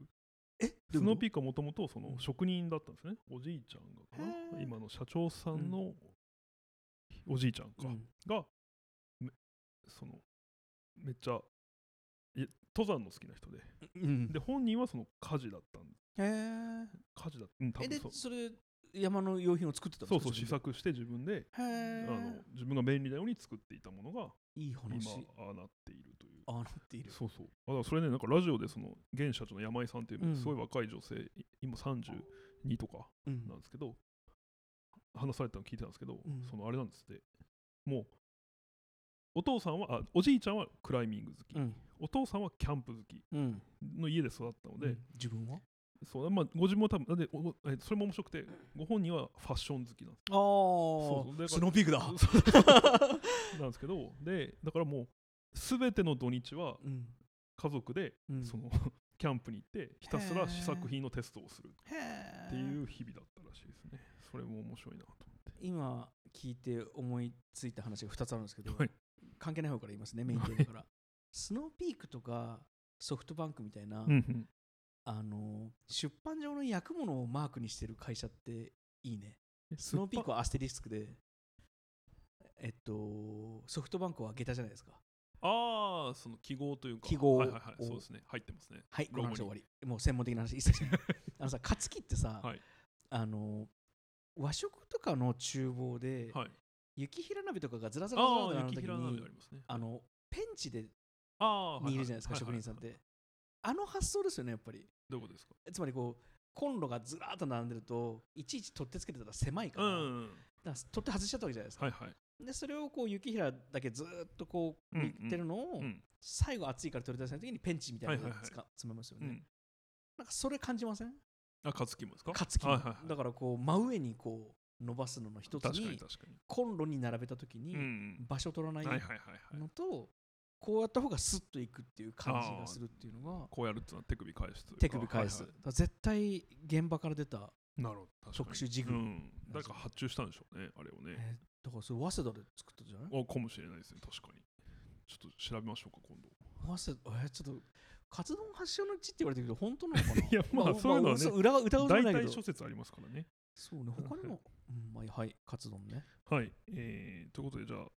[SPEAKER 1] え
[SPEAKER 2] スノーピ
[SPEAKER 1] ー
[SPEAKER 2] ークはもともとそ
[SPEAKER 1] うん
[SPEAKER 2] の職人だったんですね。おじいちゃんがか
[SPEAKER 1] へ
[SPEAKER 2] な、
[SPEAKER 1] ー
[SPEAKER 2] 今の社長さんのおじいちゃんか、が、めその、めっちゃ、い登山の好きな人で、
[SPEAKER 1] うん
[SPEAKER 2] で、本人はその家事だったんで
[SPEAKER 1] へー
[SPEAKER 2] 家事だった、うん、多
[SPEAKER 1] えで
[SPEAKER 2] 分そう。
[SPEAKER 1] それ山の用品を作ってたんで
[SPEAKER 2] そう
[SPEAKER 1] す
[SPEAKER 2] そ
[SPEAKER 1] か
[SPEAKER 2] う、試
[SPEAKER 1] 自分
[SPEAKER 2] 作して自分で
[SPEAKER 1] でへ
[SPEAKER 2] あ
[SPEAKER 1] ー
[SPEAKER 2] の自分が便利なように作っていたものが
[SPEAKER 1] いい話
[SPEAKER 2] 今ああなっているという。
[SPEAKER 1] ああなっている
[SPEAKER 2] そうそうあだからそれねなんかラジオでその現社長の山井さんっていううんすごい若い女性、い今32とか
[SPEAKER 1] うん
[SPEAKER 2] なんですけど、話されてたの聞いてたんですけど、
[SPEAKER 1] うん
[SPEAKER 2] そのあれなんですってもうお父さんはあおじいちゃんはクライミング好き、
[SPEAKER 1] うん
[SPEAKER 2] お父さんはキャンプ好き
[SPEAKER 1] うん
[SPEAKER 2] の家で育ったので、
[SPEAKER 1] うん自分は
[SPEAKER 2] そうまあ、ご自分は多分なんでおえそれも面白くてご本人はファッション好きなんです
[SPEAKER 1] あ
[SPEAKER 2] そう
[SPEAKER 1] あ
[SPEAKER 2] だから
[SPEAKER 1] スノーピークだ
[SPEAKER 2] なんですけどでだからもう全ての土日は
[SPEAKER 1] うん
[SPEAKER 2] 家族で
[SPEAKER 1] うん
[SPEAKER 2] その キャンプに行ってひたすら試作品のテストをするっ
[SPEAKER 1] へー
[SPEAKER 2] ていう日々だったらしいですねそれも面白いなと思って
[SPEAKER 1] 今聞いて思いついた話が2つあるんですけど、
[SPEAKER 2] はい
[SPEAKER 1] 関係ない方から言いますねメインテーマからスノーピークとかソフトバンクみたいな、
[SPEAKER 2] うん
[SPEAKER 1] あの出版上の薬物をマークにしてる会社っていいね
[SPEAKER 2] うん
[SPEAKER 1] スノーピークはアステリスクでえっとソフトバンクは下駄じゃないですか
[SPEAKER 2] ああその記号というか
[SPEAKER 1] 記号
[SPEAKER 2] はいはいはい
[SPEAKER 1] を
[SPEAKER 2] そうですね入ってますね
[SPEAKER 1] はいこの話
[SPEAKER 2] ロ
[SPEAKER 1] 終
[SPEAKER 2] ゴ
[SPEAKER 1] わりもう専門的な話一切 しないあのさ勝木ってさ、
[SPEAKER 2] はい
[SPEAKER 1] あの和食とかの厨房で、
[SPEAKER 2] はい
[SPEAKER 1] 雪平鍋とかがずらずらずら
[SPEAKER 2] あ
[SPEAKER 1] ず
[SPEAKER 2] あ
[SPEAKER 1] らの
[SPEAKER 2] 雪
[SPEAKER 1] 時
[SPEAKER 2] 平鍋
[SPEAKER 1] に
[SPEAKER 2] ありますね
[SPEAKER 1] あのペンチで
[SPEAKER 2] ああはは
[SPEAKER 1] にいるじゃないですか、職人さんっ
[SPEAKER 2] はいはい
[SPEAKER 1] て。あの発想ですよね、やっぱり。
[SPEAKER 2] どういうことですか
[SPEAKER 1] つまりこう、コンロがずらーっと並んでると、いちいち取っ手つけてたら狭いか
[SPEAKER 2] う
[SPEAKER 1] ら、
[SPEAKER 2] んうん
[SPEAKER 1] だから取っ手外しちゃったわけじゃないですか。
[SPEAKER 2] はいはい
[SPEAKER 1] で、それをこう、雪平だけずーっとこう、
[SPEAKER 2] うんう
[SPEAKER 1] 見
[SPEAKER 2] ん
[SPEAKER 1] てるのを、
[SPEAKER 2] うん
[SPEAKER 1] 最後熱いから取り出せないときにペンチみたいなのを
[SPEAKER 2] はいはいはい
[SPEAKER 1] つかつまみますよ
[SPEAKER 2] う
[SPEAKER 1] ね。
[SPEAKER 2] ん
[SPEAKER 1] なんかそれ感じません
[SPEAKER 2] あ勝木もですか
[SPEAKER 1] 勝つ気も、
[SPEAKER 2] はいはいはい
[SPEAKER 1] だからこう、真上にこう、伸ばすのの一つ
[SPEAKER 2] 確かに
[SPEAKER 1] に、
[SPEAKER 2] 確かに
[SPEAKER 1] コンロに並べたとき
[SPEAKER 2] うんう
[SPEAKER 1] に、
[SPEAKER 2] ん
[SPEAKER 1] 場所取らない
[SPEAKER 2] はいはいはいはい
[SPEAKER 1] のと、こうやった方がスッといくっていう感じがするっていうのが
[SPEAKER 2] こうやるってのは手首返すというか
[SPEAKER 1] 手首返す、
[SPEAKER 2] はいは
[SPEAKER 1] だから絶対現場から出た、
[SPEAKER 2] いなるほど確かに
[SPEAKER 1] 特殊ジグ
[SPEAKER 2] うん、誰か発注したんでしょうねあれをね
[SPEAKER 1] えーだからそれ早稲田で作ったんじゃない
[SPEAKER 2] あかもしれないですね確かにちょっと調べましょうか今度
[SPEAKER 1] 早稲田えーちょっとカツ丼発祥の地って言われてるけど本当なのかない
[SPEAKER 2] やまあそう いうのはね
[SPEAKER 1] 裏は歌うじゃ
[SPEAKER 2] 大
[SPEAKER 1] ないけ
[SPEAKER 2] 体
[SPEAKER 1] ど
[SPEAKER 2] 諸説ありますからね
[SPEAKER 1] そうね他にも、うんまあ、はいカツ丼ね
[SPEAKER 2] はいえー、ということでじゃあ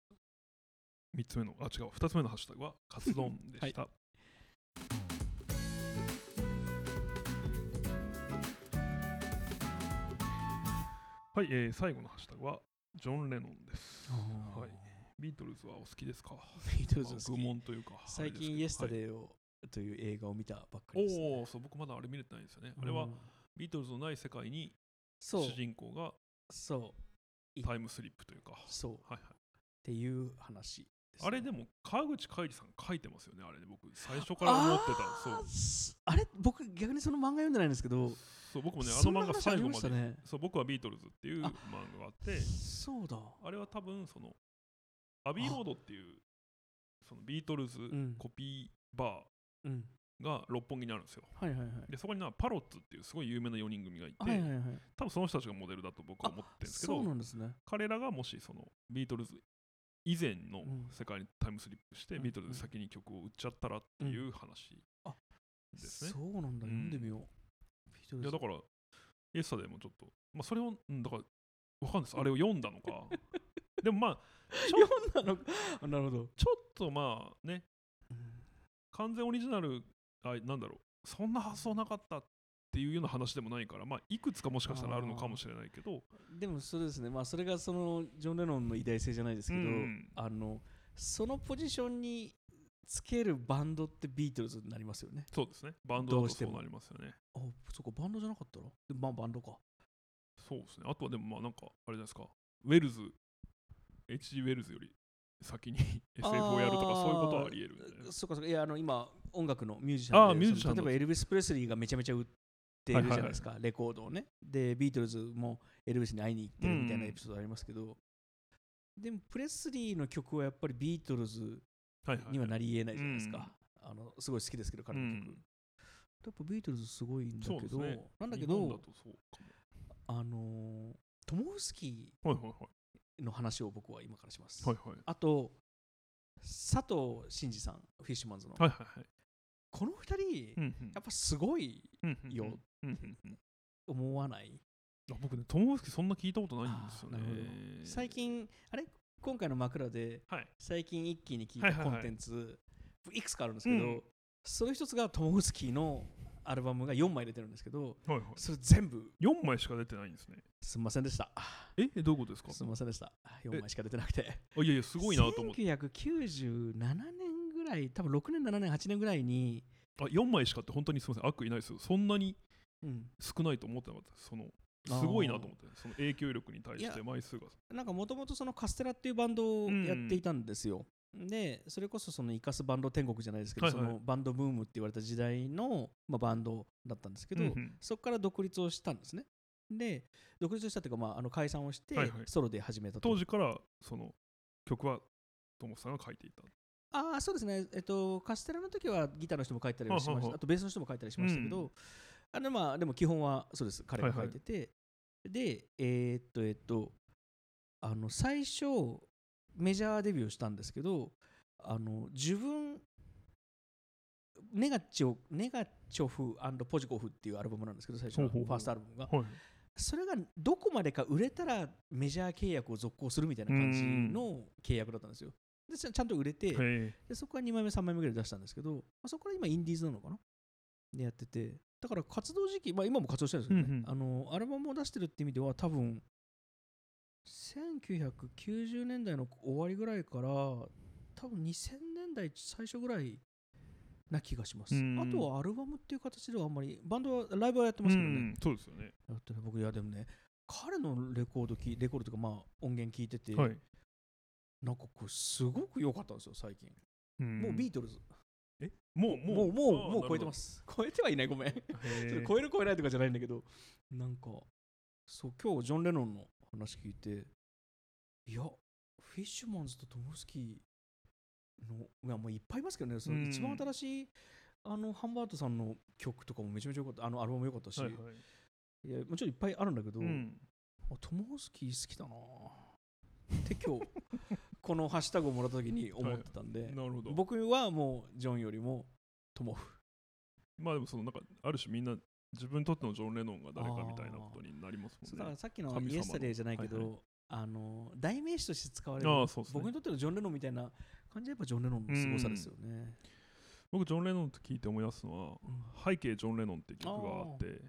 [SPEAKER 2] 3つ目のあ違う2つ目のハッシュタグはカツ丼 でした、はいえー最後のハッシュタグはジョン・レノンですはい ビートルズはお好きですか
[SPEAKER 1] ビートルズの
[SPEAKER 2] まあ
[SPEAKER 1] 好
[SPEAKER 2] 愚
[SPEAKER 1] き
[SPEAKER 2] 問というか
[SPEAKER 1] 最
[SPEAKER 2] あれ
[SPEAKER 1] 近「イ
[SPEAKER 2] で
[SPEAKER 1] エ
[SPEAKER 2] す
[SPEAKER 1] ス
[SPEAKER 2] け
[SPEAKER 1] タ
[SPEAKER 2] ど
[SPEAKER 1] デーを、という映画を見たばっかりです、ね、
[SPEAKER 2] おおーそう僕まだあれ見れてないんですよねあれは
[SPEAKER 1] うん
[SPEAKER 2] ビートルズのない世界に
[SPEAKER 1] そう
[SPEAKER 2] 主人公が
[SPEAKER 1] そう
[SPEAKER 2] タイムスリップというか
[SPEAKER 1] そうっ
[SPEAKER 2] はいはい
[SPEAKER 1] ていう話ですね
[SPEAKER 2] あれでも川口海里さん書いてますよねあれね僕最初から思ってたそ
[SPEAKER 1] あ
[SPEAKER 2] う
[SPEAKER 1] ーすあれ僕逆にその漫画読んでないんですけど
[SPEAKER 2] そう僕もねあ
[SPEAKER 1] そ
[SPEAKER 2] の
[SPEAKER 1] んな
[SPEAKER 2] 漫画
[SPEAKER 1] 話あ
[SPEAKER 2] 最
[SPEAKER 1] り
[SPEAKER 2] 後
[SPEAKER 1] ま
[SPEAKER 2] ま
[SPEAKER 1] した
[SPEAKER 2] で
[SPEAKER 1] ね
[SPEAKER 2] そう僕はビートルズっていう
[SPEAKER 1] あ
[SPEAKER 2] 漫画があって
[SPEAKER 1] そうだ
[SPEAKER 2] あれは多分そのアビーロードっていうそのビートルズ
[SPEAKER 1] ん
[SPEAKER 2] コピーバ
[SPEAKER 1] うん
[SPEAKER 2] ーが六本木にあるんですよ
[SPEAKER 1] はいはいはい
[SPEAKER 2] でそこになパロッツっていうすごい有名な4人組がいて、
[SPEAKER 1] はいはいはい
[SPEAKER 2] 多分その人たちがモデルだと僕は思ってるんですけ
[SPEAKER 1] そうな
[SPEAKER 2] ど
[SPEAKER 1] んですね
[SPEAKER 2] 彼らがもしそのビートルズ以前の
[SPEAKER 1] うん
[SPEAKER 2] 世界にタイムスリップして、
[SPEAKER 1] うん
[SPEAKER 2] ビートルズ先に曲を売っちゃったらっていう話ですね、
[SPEAKER 1] そうなんだ読んでみようビート
[SPEAKER 2] い
[SPEAKER 1] ル
[SPEAKER 2] や
[SPEAKER 1] ズ
[SPEAKER 2] だから、エスタでもちょっと、まあ、それを、うんだから、わかんないです、あれを読んだの か。でもまあ、ちょ
[SPEAKER 1] 読んだのかあなるほど
[SPEAKER 2] ちょっとまあね、完全オリジナル、あなんだろう、そんな発想なかったっていうような話でもないから、まあ、いくつかもしかしたらあるのかもしれないけど、
[SPEAKER 1] でもそれですねまあそれがそのジョン・レノンの偉大性じゃないですけど、
[SPEAKER 2] うん
[SPEAKER 1] あのそのポジションにつけるバンドってビートルズになりますよね
[SPEAKER 2] そうですね、バンドだ
[SPEAKER 1] ど
[SPEAKER 2] と
[SPEAKER 1] うして
[SPEAKER 2] そ
[SPEAKER 1] も
[SPEAKER 2] うなりますよね。
[SPEAKER 1] あそっかバンドじゃなかったらでまあバンドか
[SPEAKER 2] そうですね、あとはでも、まあ、なんか、あれじゃないですか、ウェルズ、HG ウェルズより先に SF をやるとか、そういうことはあり得るんじゃないですか
[SPEAKER 1] そうかそうかいやあの今音楽のミュージシャンで
[SPEAKER 2] あーミュージシャ
[SPEAKER 1] そ
[SPEAKER 2] ン
[SPEAKER 1] の
[SPEAKER 2] だ
[SPEAKER 1] 例えばエルビス・プレスリーがめちゃめちゃ売ってるじゃないですか、レコードをねでビートルズもエルビスに会いに行ってるみたいなエピソードありますけど、でもプレスリーの曲はやっぱりビートルズ
[SPEAKER 2] はいはい
[SPEAKER 1] にはなり得ないじゃないですか、あのすごい好きですけど彼の曲、
[SPEAKER 2] うん
[SPEAKER 1] やっぱビートルズすごいんだ
[SPEAKER 2] そう
[SPEAKER 1] け
[SPEAKER 2] です
[SPEAKER 1] ど、
[SPEAKER 2] ね
[SPEAKER 1] なんだけ
[SPEAKER 2] 日本だ
[SPEAKER 1] ど
[SPEAKER 2] とそうかも
[SPEAKER 1] あのートモフスキ
[SPEAKER 2] はいはいはい。
[SPEAKER 1] ーの話を僕は今からします、
[SPEAKER 2] はいはい。
[SPEAKER 1] あと佐藤真二さんフィッシュマンズの、
[SPEAKER 2] はいはいはい。
[SPEAKER 1] この二人、
[SPEAKER 2] うんうん
[SPEAKER 1] やっぱすごい
[SPEAKER 2] うんうんうん
[SPEAKER 1] よ
[SPEAKER 2] うんうんうん
[SPEAKER 1] 思わない
[SPEAKER 2] あ僕ね、友達そんな聞いたことないんですよ
[SPEAKER 1] あーなる
[SPEAKER 2] ね。
[SPEAKER 1] 最。近あれ今回の枕で
[SPEAKER 2] はい。
[SPEAKER 1] 最近一気に聞い
[SPEAKER 2] はい
[SPEAKER 1] た
[SPEAKER 2] はい
[SPEAKER 1] コ
[SPEAKER 2] はい
[SPEAKER 1] ンテンツいくつかあるんですけど、
[SPEAKER 2] うん
[SPEAKER 1] その一つがトモフスキーのアルバムが4枚出てるんですけど
[SPEAKER 2] はいはい。
[SPEAKER 1] それ全部
[SPEAKER 2] 4枚しか出てないんですね。
[SPEAKER 1] すみませんでした
[SPEAKER 2] え、えどういうことですか
[SPEAKER 1] すみませんでした4枚しか出てなくて
[SPEAKER 2] あいやいや、すごいなと思って。
[SPEAKER 1] 1997年ぐらい多分6年7年8年ぐらいに、
[SPEAKER 2] あ4枚しかって本当にすみません、悪意ないですよ。そんなに
[SPEAKER 1] うん、
[SPEAKER 2] 少ないと思ってなかったです。その
[SPEAKER 1] あー
[SPEAKER 2] すごいなと思って、その影響力に対し
[SPEAKER 1] い
[SPEAKER 2] て
[SPEAKER 1] や
[SPEAKER 2] 枚数が。
[SPEAKER 1] なんかもともとそのカステラっていうバンドをやっていたんですよ。でそれこそそのイカスバンド天国じゃないですけど、
[SPEAKER 2] はいはい
[SPEAKER 1] そのバンドブームって言われた時代の、まあ、バンドだったんですけど、
[SPEAKER 2] うんうん
[SPEAKER 1] そこから独立をしたんですね。で独立したっていうか、まあ、あの解散をして
[SPEAKER 2] はいはい
[SPEAKER 1] ソロで始めたと、
[SPEAKER 2] 当時からその曲は友さんが書いていた。
[SPEAKER 1] ああそうですね、えっと、カステラの時はギターの人も書いたりはしま
[SPEAKER 2] は
[SPEAKER 1] し
[SPEAKER 2] あ
[SPEAKER 1] た
[SPEAKER 2] はあ
[SPEAKER 1] あとベースの人も書いたりしましたけど、
[SPEAKER 2] うん
[SPEAKER 1] あのまあ、でも基本はそうです彼が書いてて、でえーっとえっとあの最初メジャーデビューをしたんですけどあの自分ネガチョネガチョフポジコフっていうアルバムなんですけど最初の
[SPEAKER 2] ほう
[SPEAKER 1] フ
[SPEAKER 2] ほ
[SPEAKER 1] ァ
[SPEAKER 2] うほう
[SPEAKER 1] ーストアルバムが
[SPEAKER 2] はい。
[SPEAKER 1] それがどこまでか売れたらメジャー契約を続行するみたいな感じの契約だったんですよでちゃちゃんと売れて、
[SPEAKER 2] へ
[SPEAKER 1] でそこから2枚目3枚目ぐらい出したんですけど、まあ、そこから今インディーズなのかなでやっててだから活動時期、まあ、今も活動してるんですけどね、
[SPEAKER 2] うんうん
[SPEAKER 1] あのアルバムを出してるって意味では多分1990年代の終わりぐらいから多分2000年代最初ぐらいな気がします、
[SPEAKER 2] うん
[SPEAKER 1] あとはアルバムっていう形ではあんまりバンドはライブはやって
[SPEAKER 2] う
[SPEAKER 1] ますけどね、
[SPEAKER 2] ん、そうですよね。
[SPEAKER 1] やってる僕いやでもね彼のレコードきレコードというかまあ音源聞いてて、
[SPEAKER 2] はい。
[SPEAKER 1] なんかこうすごく良かったんですよ最近、も
[SPEAKER 2] も
[SPEAKER 1] うビートルズ
[SPEAKER 2] もう。
[SPEAKER 1] もうもうもう超えてますす超えてはいないごめん ち
[SPEAKER 2] あーなるほどへ
[SPEAKER 1] ょっ
[SPEAKER 2] ー
[SPEAKER 1] と超える超えないとかじゃないんだけどなんかそう今日ジョン・レノンの話聞いていやフィッシュマンズとトムスキーのいやもういっぱいいますけどね、その
[SPEAKER 2] うん
[SPEAKER 1] 一番新しいあのハンバートさんの曲とかもめちゃめちゃ良かった、あのアルバムも良かったし、
[SPEAKER 2] はいいはい
[SPEAKER 1] やもちろんいっぱいあるんだけど、
[SPEAKER 2] うん、
[SPEAKER 1] あトモホスキー好きだなって今日このハッシュタグをもらった時に思ってたんで、
[SPEAKER 2] なるほど
[SPEAKER 1] 僕はもうジョンよりもトモフ
[SPEAKER 2] まあでもそのなんかある種みんな自分にとってのジョン・レノンが誰かみたいなことになります
[SPEAKER 1] そう
[SPEAKER 2] も
[SPEAKER 1] だか
[SPEAKER 2] んね
[SPEAKER 1] ら。さっきの
[SPEAKER 2] 神様の
[SPEAKER 1] イエスタデーじゃないけど、
[SPEAKER 2] はい
[SPEAKER 1] あの代名詞として使われる
[SPEAKER 2] ああそうですね
[SPEAKER 1] 僕にとってのジョン・レノンみたいな感じはやっぱジョン・レノンの凄さですよね。
[SPEAKER 2] 僕ジョン・レノンと聞いて思い出すのは
[SPEAKER 1] うん
[SPEAKER 2] 「背景ジョン・レノン」っていう曲があって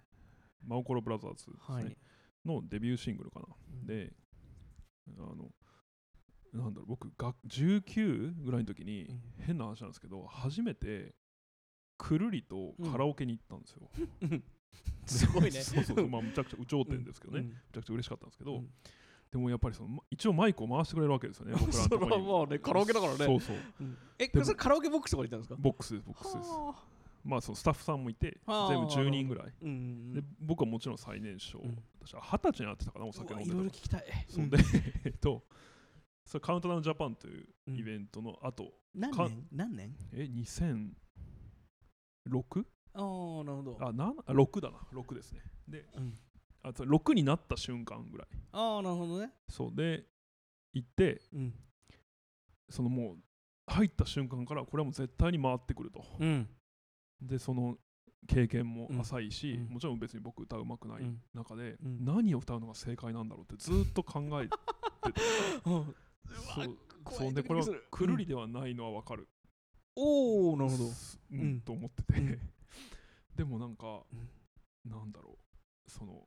[SPEAKER 2] マオコロブラザーズですね、
[SPEAKER 1] はい、
[SPEAKER 2] のデビューシングルかな。であのなんだろう僕が19ぐらいの時に変な話なんですけど初めてくるりとカラオケに行ったんですよ。
[SPEAKER 1] すごいね。
[SPEAKER 2] そうそうそうまあむちゃくちゃ有頂天ですけどね、
[SPEAKER 1] うん
[SPEAKER 2] むちゃくちゃ嬉しかったんですけど、
[SPEAKER 1] うん
[SPEAKER 2] でもやっぱりそのま一応マイクを回してくれるわ けですよね僕らのとこに
[SPEAKER 1] それはまあねカラオケだからね
[SPEAKER 2] そうそう
[SPEAKER 1] うんえ、
[SPEAKER 2] でも
[SPEAKER 1] それカラオケボックスとかに行ったんですか
[SPEAKER 2] ボックスですボックスです
[SPEAKER 1] はあ
[SPEAKER 2] まあそのスタッフさんもいて
[SPEAKER 1] あー
[SPEAKER 2] 全部10人ぐらい
[SPEAKER 1] うんうんう
[SPEAKER 2] で
[SPEAKER 1] ん
[SPEAKER 2] 僕はもちろん最年少、
[SPEAKER 1] うん
[SPEAKER 2] 私は二十歳になってたかなお酒
[SPEAKER 1] う
[SPEAKER 2] 飲
[SPEAKER 1] わ
[SPEAKER 2] ん
[SPEAKER 1] い
[SPEAKER 2] で
[SPEAKER 1] ろ
[SPEAKER 2] たの
[SPEAKER 1] いろ聞きたい。
[SPEAKER 2] そうで、 えっとそれカウントダウンジャパンという
[SPEAKER 1] うん
[SPEAKER 2] イベントのあと、
[SPEAKER 1] 何
[SPEAKER 2] か
[SPEAKER 1] 年何年
[SPEAKER 2] え 2006?
[SPEAKER 1] ああ、なるほど。
[SPEAKER 2] あなあ6だな6ですねで
[SPEAKER 1] うん
[SPEAKER 2] あそう6になった瞬間ぐらい
[SPEAKER 1] ああ、なるほどね。
[SPEAKER 2] そうで行って
[SPEAKER 1] うん。
[SPEAKER 2] そのもう入った瞬間からこれはもう絶対に回ってくると
[SPEAKER 1] うん。
[SPEAKER 2] でその経験も浅いし、
[SPEAKER 1] うん
[SPEAKER 2] もちろん別に僕歌うまくない
[SPEAKER 1] うん
[SPEAKER 2] 中で、
[SPEAKER 1] うん
[SPEAKER 2] 何を歌うのが正解なんだろうってずっと考 えてそう
[SPEAKER 1] 怖
[SPEAKER 2] そう
[SPEAKER 1] いドキ
[SPEAKER 2] で
[SPEAKER 1] ド
[SPEAKER 2] これ
[SPEAKER 1] キ
[SPEAKER 2] は
[SPEAKER 1] する
[SPEAKER 2] くるりではないのは分かる、
[SPEAKER 1] おお、なるほど。
[SPEAKER 2] すうん
[SPEAKER 1] うん
[SPEAKER 2] と思ってて、
[SPEAKER 1] うん
[SPEAKER 2] でもなんか、
[SPEAKER 1] うん
[SPEAKER 2] なんだろうその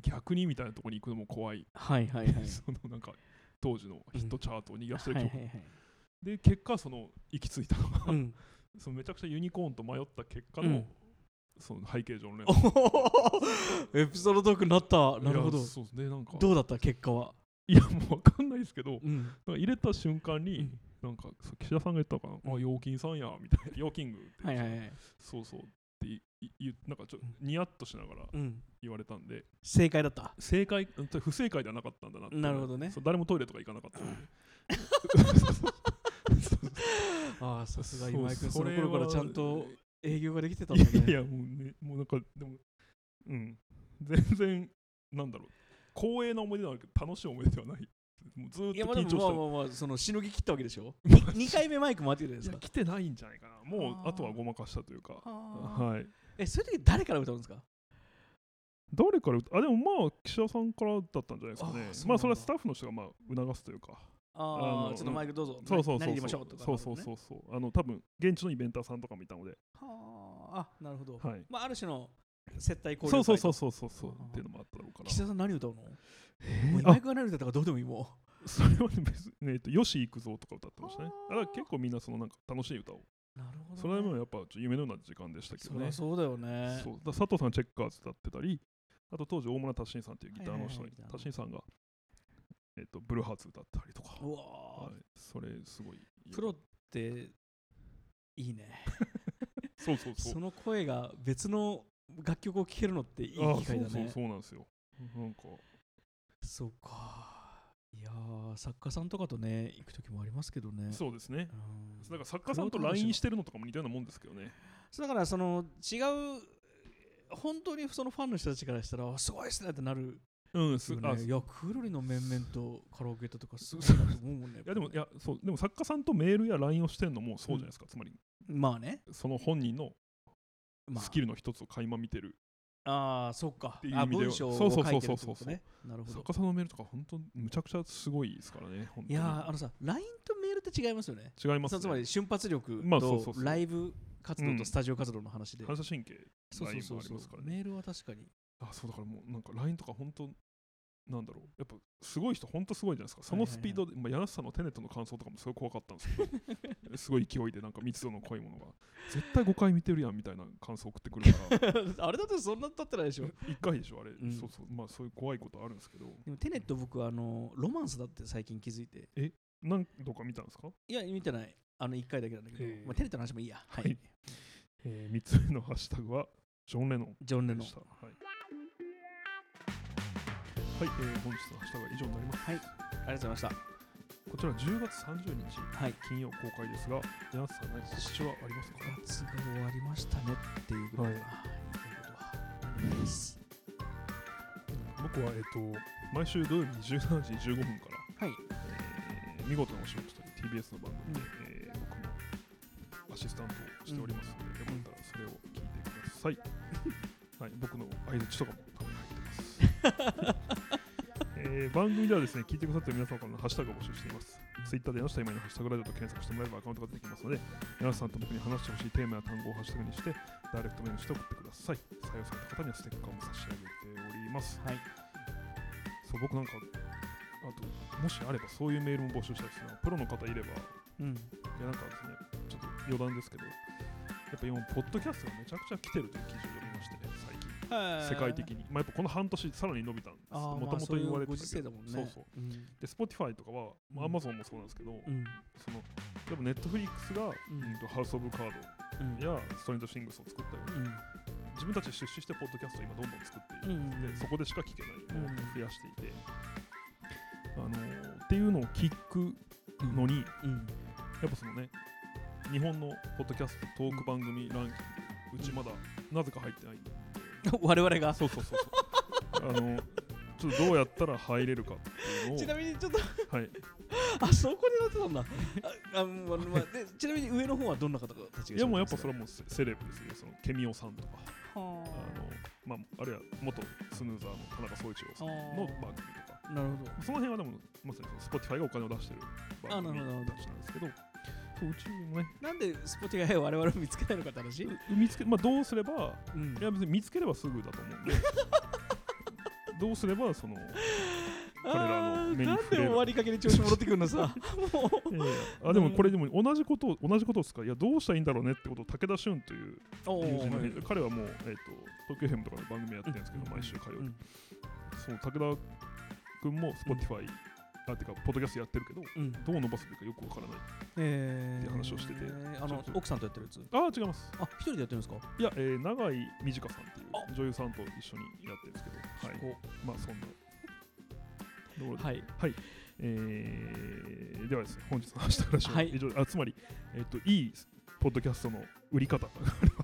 [SPEAKER 2] 逆にみたいなところに行くのも怖い、
[SPEAKER 1] はいはいはい。
[SPEAKER 2] そのなんか当時のヒットチャートを逃がしてる
[SPEAKER 1] はい
[SPEAKER 2] 曲、
[SPEAKER 1] はいはい。
[SPEAKER 2] で結果その行き着いたのが、
[SPEAKER 1] うん。
[SPEAKER 2] そのめちゃくちゃユニコーンと迷った結果
[SPEAKER 1] う
[SPEAKER 2] の、
[SPEAKER 1] ん
[SPEAKER 2] その背景上のね
[SPEAKER 1] おー エピソードトークになった。なるほ
[SPEAKER 2] い
[SPEAKER 1] ど
[SPEAKER 2] や。そうですねなんか
[SPEAKER 1] どうだった結果は。
[SPEAKER 2] いやもうわかんないですけど
[SPEAKER 1] うん。
[SPEAKER 2] なんか入れた瞬間に、
[SPEAKER 1] うん
[SPEAKER 2] なんかそう岸田さんが言ったのかな、
[SPEAKER 1] うん
[SPEAKER 2] あ陽金さんやみたいな 陽金具って
[SPEAKER 1] はいはいはい。
[SPEAKER 2] そうそうっていいいなんかちょニヤッとしながら
[SPEAKER 1] うん。
[SPEAKER 2] 言われたんで
[SPEAKER 1] 正解だった。
[SPEAKER 2] 正解うん不正解ではなかったんだなって
[SPEAKER 1] なるほどね
[SPEAKER 2] そう誰もトイレとか行かなかったんで
[SPEAKER 1] ああ、さすが
[SPEAKER 2] そう
[SPEAKER 1] 今井君、そ
[SPEAKER 2] そ
[SPEAKER 1] の
[SPEAKER 2] れは
[SPEAKER 1] 頃からちゃんと営業ができてたん
[SPEAKER 2] い
[SPEAKER 1] だ
[SPEAKER 2] やい
[SPEAKER 1] ね。
[SPEAKER 2] やもうねもうなんかでもうん全然なんだろう光栄な思い出なんだけど楽しい思い出ではないもうずーっ
[SPEAKER 1] いや、ま
[SPEAKER 2] と
[SPEAKER 1] あで
[SPEAKER 2] 緊張した
[SPEAKER 1] も、まあまあまあ、その、しのぎ切ったわけでし ょ
[SPEAKER 2] まあ
[SPEAKER 1] ?2 回目マイク回ってきたじ
[SPEAKER 2] い
[SPEAKER 1] ゃ
[SPEAKER 2] や
[SPEAKER 1] ないです
[SPEAKER 2] 来てないんじゃないかなもう
[SPEAKER 1] あー
[SPEAKER 2] あとはごまかしたというか
[SPEAKER 1] か。は
[SPEAKER 2] はい
[SPEAKER 1] え、そういう時誰から歌うんですか
[SPEAKER 2] 誰から歌あでもまあ記者さんからだったんじゃないですか
[SPEAKER 1] あーそうなん
[SPEAKER 2] ね
[SPEAKER 1] だ
[SPEAKER 2] まあそれはスタッフの人がまあ促すというか
[SPEAKER 1] あ
[SPEAKER 2] あ
[SPEAKER 1] あ、
[SPEAKER 2] の
[SPEAKER 1] ちょっとマイクどうぞ。
[SPEAKER 2] そうそう
[SPEAKER 1] な
[SPEAKER 2] そ
[SPEAKER 1] 何入
[SPEAKER 2] う
[SPEAKER 1] れまし
[SPEAKER 2] そ
[SPEAKER 1] ょう
[SPEAKER 2] う
[SPEAKER 1] とか。
[SPEAKER 2] そうそうそうそうあの多分現地のイベンターさんとかもいたので
[SPEAKER 1] はあ、あなるほど。
[SPEAKER 2] はい
[SPEAKER 1] まあ、ある種の接待交流。
[SPEAKER 2] そうそうそううそうそうそう
[SPEAKER 1] あー
[SPEAKER 2] っていうのもあったろうから
[SPEAKER 1] 岸田さん何歌うの
[SPEAKER 2] え
[SPEAKER 1] もう
[SPEAKER 2] ー
[SPEAKER 1] 今井君が何歌ったかどうでもいいも
[SPEAKER 2] あそれはね別にねえっとよし行くぞとか歌ってましたね
[SPEAKER 1] あー
[SPEAKER 2] だから結構みんなそのなんか楽しい歌を
[SPEAKER 1] う。なるほど、ね。
[SPEAKER 2] それはもうやっぱちょっと夢のような時間でしたけ
[SPEAKER 1] そ
[SPEAKER 2] ど
[SPEAKER 1] り
[SPEAKER 2] ね
[SPEAKER 1] ゃそうだよね。
[SPEAKER 2] そうだから佐藤さんチェッカーズ歌ってたりあと当時大村達信さんっていうギターの人
[SPEAKER 1] はいはいはい
[SPEAKER 2] に
[SPEAKER 1] ギターの
[SPEAKER 2] 達信さんがえっとブルーハーツ歌ったりとか
[SPEAKER 1] うわー、
[SPEAKER 2] はい、それすごい
[SPEAKER 1] プロっていいね。
[SPEAKER 2] そうそうそう
[SPEAKER 1] その声が別の楽曲を聴けるのっていい機
[SPEAKER 2] ああ
[SPEAKER 1] 会だね。
[SPEAKER 2] そうそうそうなんですよなんか
[SPEAKER 1] そうか。いやー、作家さんとかとね、行く時もありますけどね。
[SPEAKER 2] そうですね
[SPEAKER 1] うん
[SPEAKER 2] なんか作家さんと LINE してるのとかも似たようなもんですけどね
[SPEAKER 1] そうだから、その違う、本当にそのファンの人たちからしたら、あすごいっすねってなる
[SPEAKER 2] うんす
[SPEAKER 1] よ、
[SPEAKER 2] あ
[SPEAKER 1] ね。
[SPEAKER 2] す
[SPEAKER 1] い
[SPEAKER 2] い
[SPEAKER 1] や、クロリの面々とカラオケとか、すごいなと思うもんね。
[SPEAKER 2] やでもい
[SPEAKER 1] やっ
[SPEAKER 2] やそうでも作家さんとメールや LINE をしてるのもそうじゃないですか、つまり
[SPEAKER 1] ぱねまあね、
[SPEAKER 2] その本人の
[SPEAKER 1] まあ、
[SPEAKER 2] スキルの一つを垣間見てる、
[SPEAKER 1] ああ、そっか
[SPEAKER 2] てい。う意
[SPEAKER 1] あ、
[SPEAKER 2] 味では
[SPEAKER 1] 文章を
[SPEAKER 2] そう
[SPEAKER 1] 書
[SPEAKER 2] そう
[SPEAKER 1] い
[SPEAKER 2] そ
[SPEAKER 1] てる
[SPEAKER 2] うそう
[SPEAKER 1] ってことね。なるほど
[SPEAKER 2] 作。家さんのメールとか本当むちゃくちゃすごいですからね本当に
[SPEAKER 1] いやー、あのさ、LINE とメールって違いますよね。
[SPEAKER 2] 違います
[SPEAKER 1] そ
[SPEAKER 2] ね
[SPEAKER 1] うつまり瞬発力
[SPEAKER 2] まあそうそ
[SPEAKER 1] と
[SPEAKER 2] うそう
[SPEAKER 1] ライブ活動
[SPEAKER 2] う
[SPEAKER 1] と
[SPEAKER 2] ん
[SPEAKER 1] スタジオ活動の話で。
[SPEAKER 2] 反射神経
[SPEAKER 1] そうそうそう
[SPEAKER 2] LINE もあり
[SPEAKER 1] そ
[SPEAKER 2] ま
[SPEAKER 1] う
[SPEAKER 2] すからね
[SPEAKER 1] メールは確 かに。
[SPEAKER 2] あそうだからもうなんか LINE とか本当なんだろうやっぱすごい人本当すごいじゃないですかそのスピードで、まあ、柳瀬さんのテネットの感想とかもすごい怖かったんですけどすごい勢いでなんか密度の濃いものが絶対5回見てるやんみたいな感想送ってくるから
[SPEAKER 1] あれだってそんな経ってないでしょ。
[SPEAKER 2] 1回でしょあれ、
[SPEAKER 1] うん
[SPEAKER 2] そうそうまあそういう怖いことあるんですけど
[SPEAKER 1] でもテネット僕はあのロマンスだって最近気づいて。
[SPEAKER 2] 何度か見たんですか、
[SPEAKER 1] いや、見てない。あの1回だけなんだけど、
[SPEAKER 2] ええ
[SPEAKER 1] まあ、テネットの話もいいや。は
[SPEAKER 2] はいい。え3つ目のハッシュタグはジョン・レノン
[SPEAKER 1] ジョン・レノ
[SPEAKER 2] で
[SPEAKER 1] ン
[SPEAKER 2] し。たはい、はいえー本日のハッシュタグは以上になります
[SPEAKER 1] ありがとうございました。
[SPEAKER 2] こちら10月30日
[SPEAKER 1] はい
[SPEAKER 2] 金曜公開ですが、皆さん何か告知はありますか
[SPEAKER 1] 5月が終わりましたねっていうぐらい、
[SPEAKER 2] はい
[SPEAKER 1] あー言うことは何もないです
[SPEAKER 2] 僕は、えっと、毎週土曜日17時15分か
[SPEAKER 1] は
[SPEAKER 2] ら、
[SPEAKER 1] い
[SPEAKER 2] えー見事なお仕事という TBS の番組で、えー僕もアシスタントをしておりますので、よかったらそれを聞いてくだ さい。はい、僕の相槌とかも多分入ってます。 えー番組ではですね、聞いてくださっている皆様からのハッシュタグを募集しています。Twitter での下今のハッシュタグラジオと検索してもらえばアカウントが出てきますので、皆さんと僕に話してほしいテーマや単語をハッシュタグにして、ダイレクトメールして送ってください。採用された方にはステッカーも差し上げております。
[SPEAKER 1] はい
[SPEAKER 2] そう僕なんかあともしあればそういうメールも募集したいですねプロの方いればい
[SPEAKER 1] うん
[SPEAKER 2] やなんかですねちょっと余談ですけどやっぱ今ポッドキャストがめちゃくちゃ来てるという記事を読みましてね最近世界的にまあやっぱこの半年さらに伸びたんです
[SPEAKER 1] あー
[SPEAKER 2] もともと言われて
[SPEAKER 1] まあそういうご時世
[SPEAKER 2] たけ
[SPEAKER 1] だ
[SPEAKER 2] ど
[SPEAKER 1] もんね
[SPEAKER 2] そうそう
[SPEAKER 1] うん
[SPEAKER 2] で Spotify とかは、まあ、
[SPEAKER 1] うん
[SPEAKER 2] Amazon もそうなんですけど、
[SPEAKER 1] うん
[SPEAKER 2] そのやっぱ Netflix
[SPEAKER 1] う
[SPEAKER 2] が、
[SPEAKER 1] ん
[SPEAKER 2] うんとハウス・オブ・カー
[SPEAKER 1] うん
[SPEAKER 2] ドやストレント・シングスを作ったように
[SPEAKER 1] うん
[SPEAKER 2] 自分たちで出資してポッドキャストを今どんどん作っている
[SPEAKER 1] うん
[SPEAKER 2] でそこでしか聞けないものを増やしていて、あのーっていうのを聞くのにや
[SPEAKER 1] うん
[SPEAKER 2] っぱそのね日本のポッドキャストトーク番組ランキングうちまだなぜか入ってないんで
[SPEAKER 1] 我々が
[SPEAKER 2] そうそうそうそうあのちょっとどうやったら入れるかっていう
[SPEAKER 1] ち
[SPEAKER 2] の
[SPEAKER 1] な
[SPEAKER 2] を
[SPEAKER 1] みにちょっと
[SPEAKER 2] はい
[SPEAKER 1] あそこでなってたんだああの、まあまあでちなみに上の方はどんな方たちがいらっしゃるんですか
[SPEAKER 2] いやもうやっぱそれはもうセセレブですよそのケミオさんとか
[SPEAKER 1] は
[SPEAKER 2] あの、まあ、あるいは元スヌーザーの田中総一郎さんの番組とか
[SPEAKER 1] あなるほど
[SPEAKER 2] その辺はでもまさにその Spotify がお金を出してる番組
[SPEAKER 1] あなるほど
[SPEAKER 2] たちなんですけど、そううちもね、
[SPEAKER 1] なんでスポティガイを我々を見つけないのかって話
[SPEAKER 2] う見つけまあ、どうすれば、
[SPEAKER 1] うん
[SPEAKER 2] いや別に見つければすぐだと 思うんで、どうすればその、彼らの
[SPEAKER 1] あー
[SPEAKER 2] 目に触れる
[SPEAKER 1] なんで終わりかけに調子戻ってくるの さも
[SPEAKER 2] いやいやあでもこれでも同じことを同じことですか、いやどうしたらいいんだろうねってことを武田俊という
[SPEAKER 1] うお
[SPEAKER 2] 友人の、
[SPEAKER 1] ー
[SPEAKER 2] 彼はもう、えー、と東京 FM とかの番組やってるんですけど、毎週火曜日、その武田君も Spotify、あてかポッドキャストやってるけど、
[SPEAKER 1] うん
[SPEAKER 2] どう伸ばすべきかよくわからない。
[SPEAKER 1] え
[SPEAKER 2] って話をしてて
[SPEAKER 1] あ
[SPEAKER 2] ちょ
[SPEAKER 1] の
[SPEAKER 2] っと
[SPEAKER 1] 奥さんとやってるやつ
[SPEAKER 2] ああ、違います。
[SPEAKER 1] あ一人でやってるんですか
[SPEAKER 2] いや、えー、永井美智香さんってい
[SPEAKER 1] あ
[SPEAKER 2] う女優さんと一緒にやってるんですけど、はい、
[SPEAKER 1] こ
[SPEAKER 2] まあそんなところ
[SPEAKER 1] う
[SPEAKER 2] で、
[SPEAKER 1] はい
[SPEAKER 2] えーではですね、本日の話した話は
[SPEAKER 1] はい
[SPEAKER 2] 以上、あつまり、えっといいポッドキャストの売り方、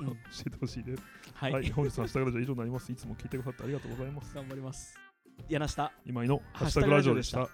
[SPEAKER 1] うん
[SPEAKER 2] 教えてほしいです。
[SPEAKER 1] は
[SPEAKER 2] はいい、本日の話した話は以上になります。いつも聞いてくださってありがとうございます。
[SPEAKER 1] 頑張ります柳下
[SPEAKER 2] 今井のハッシュタグラジオでした。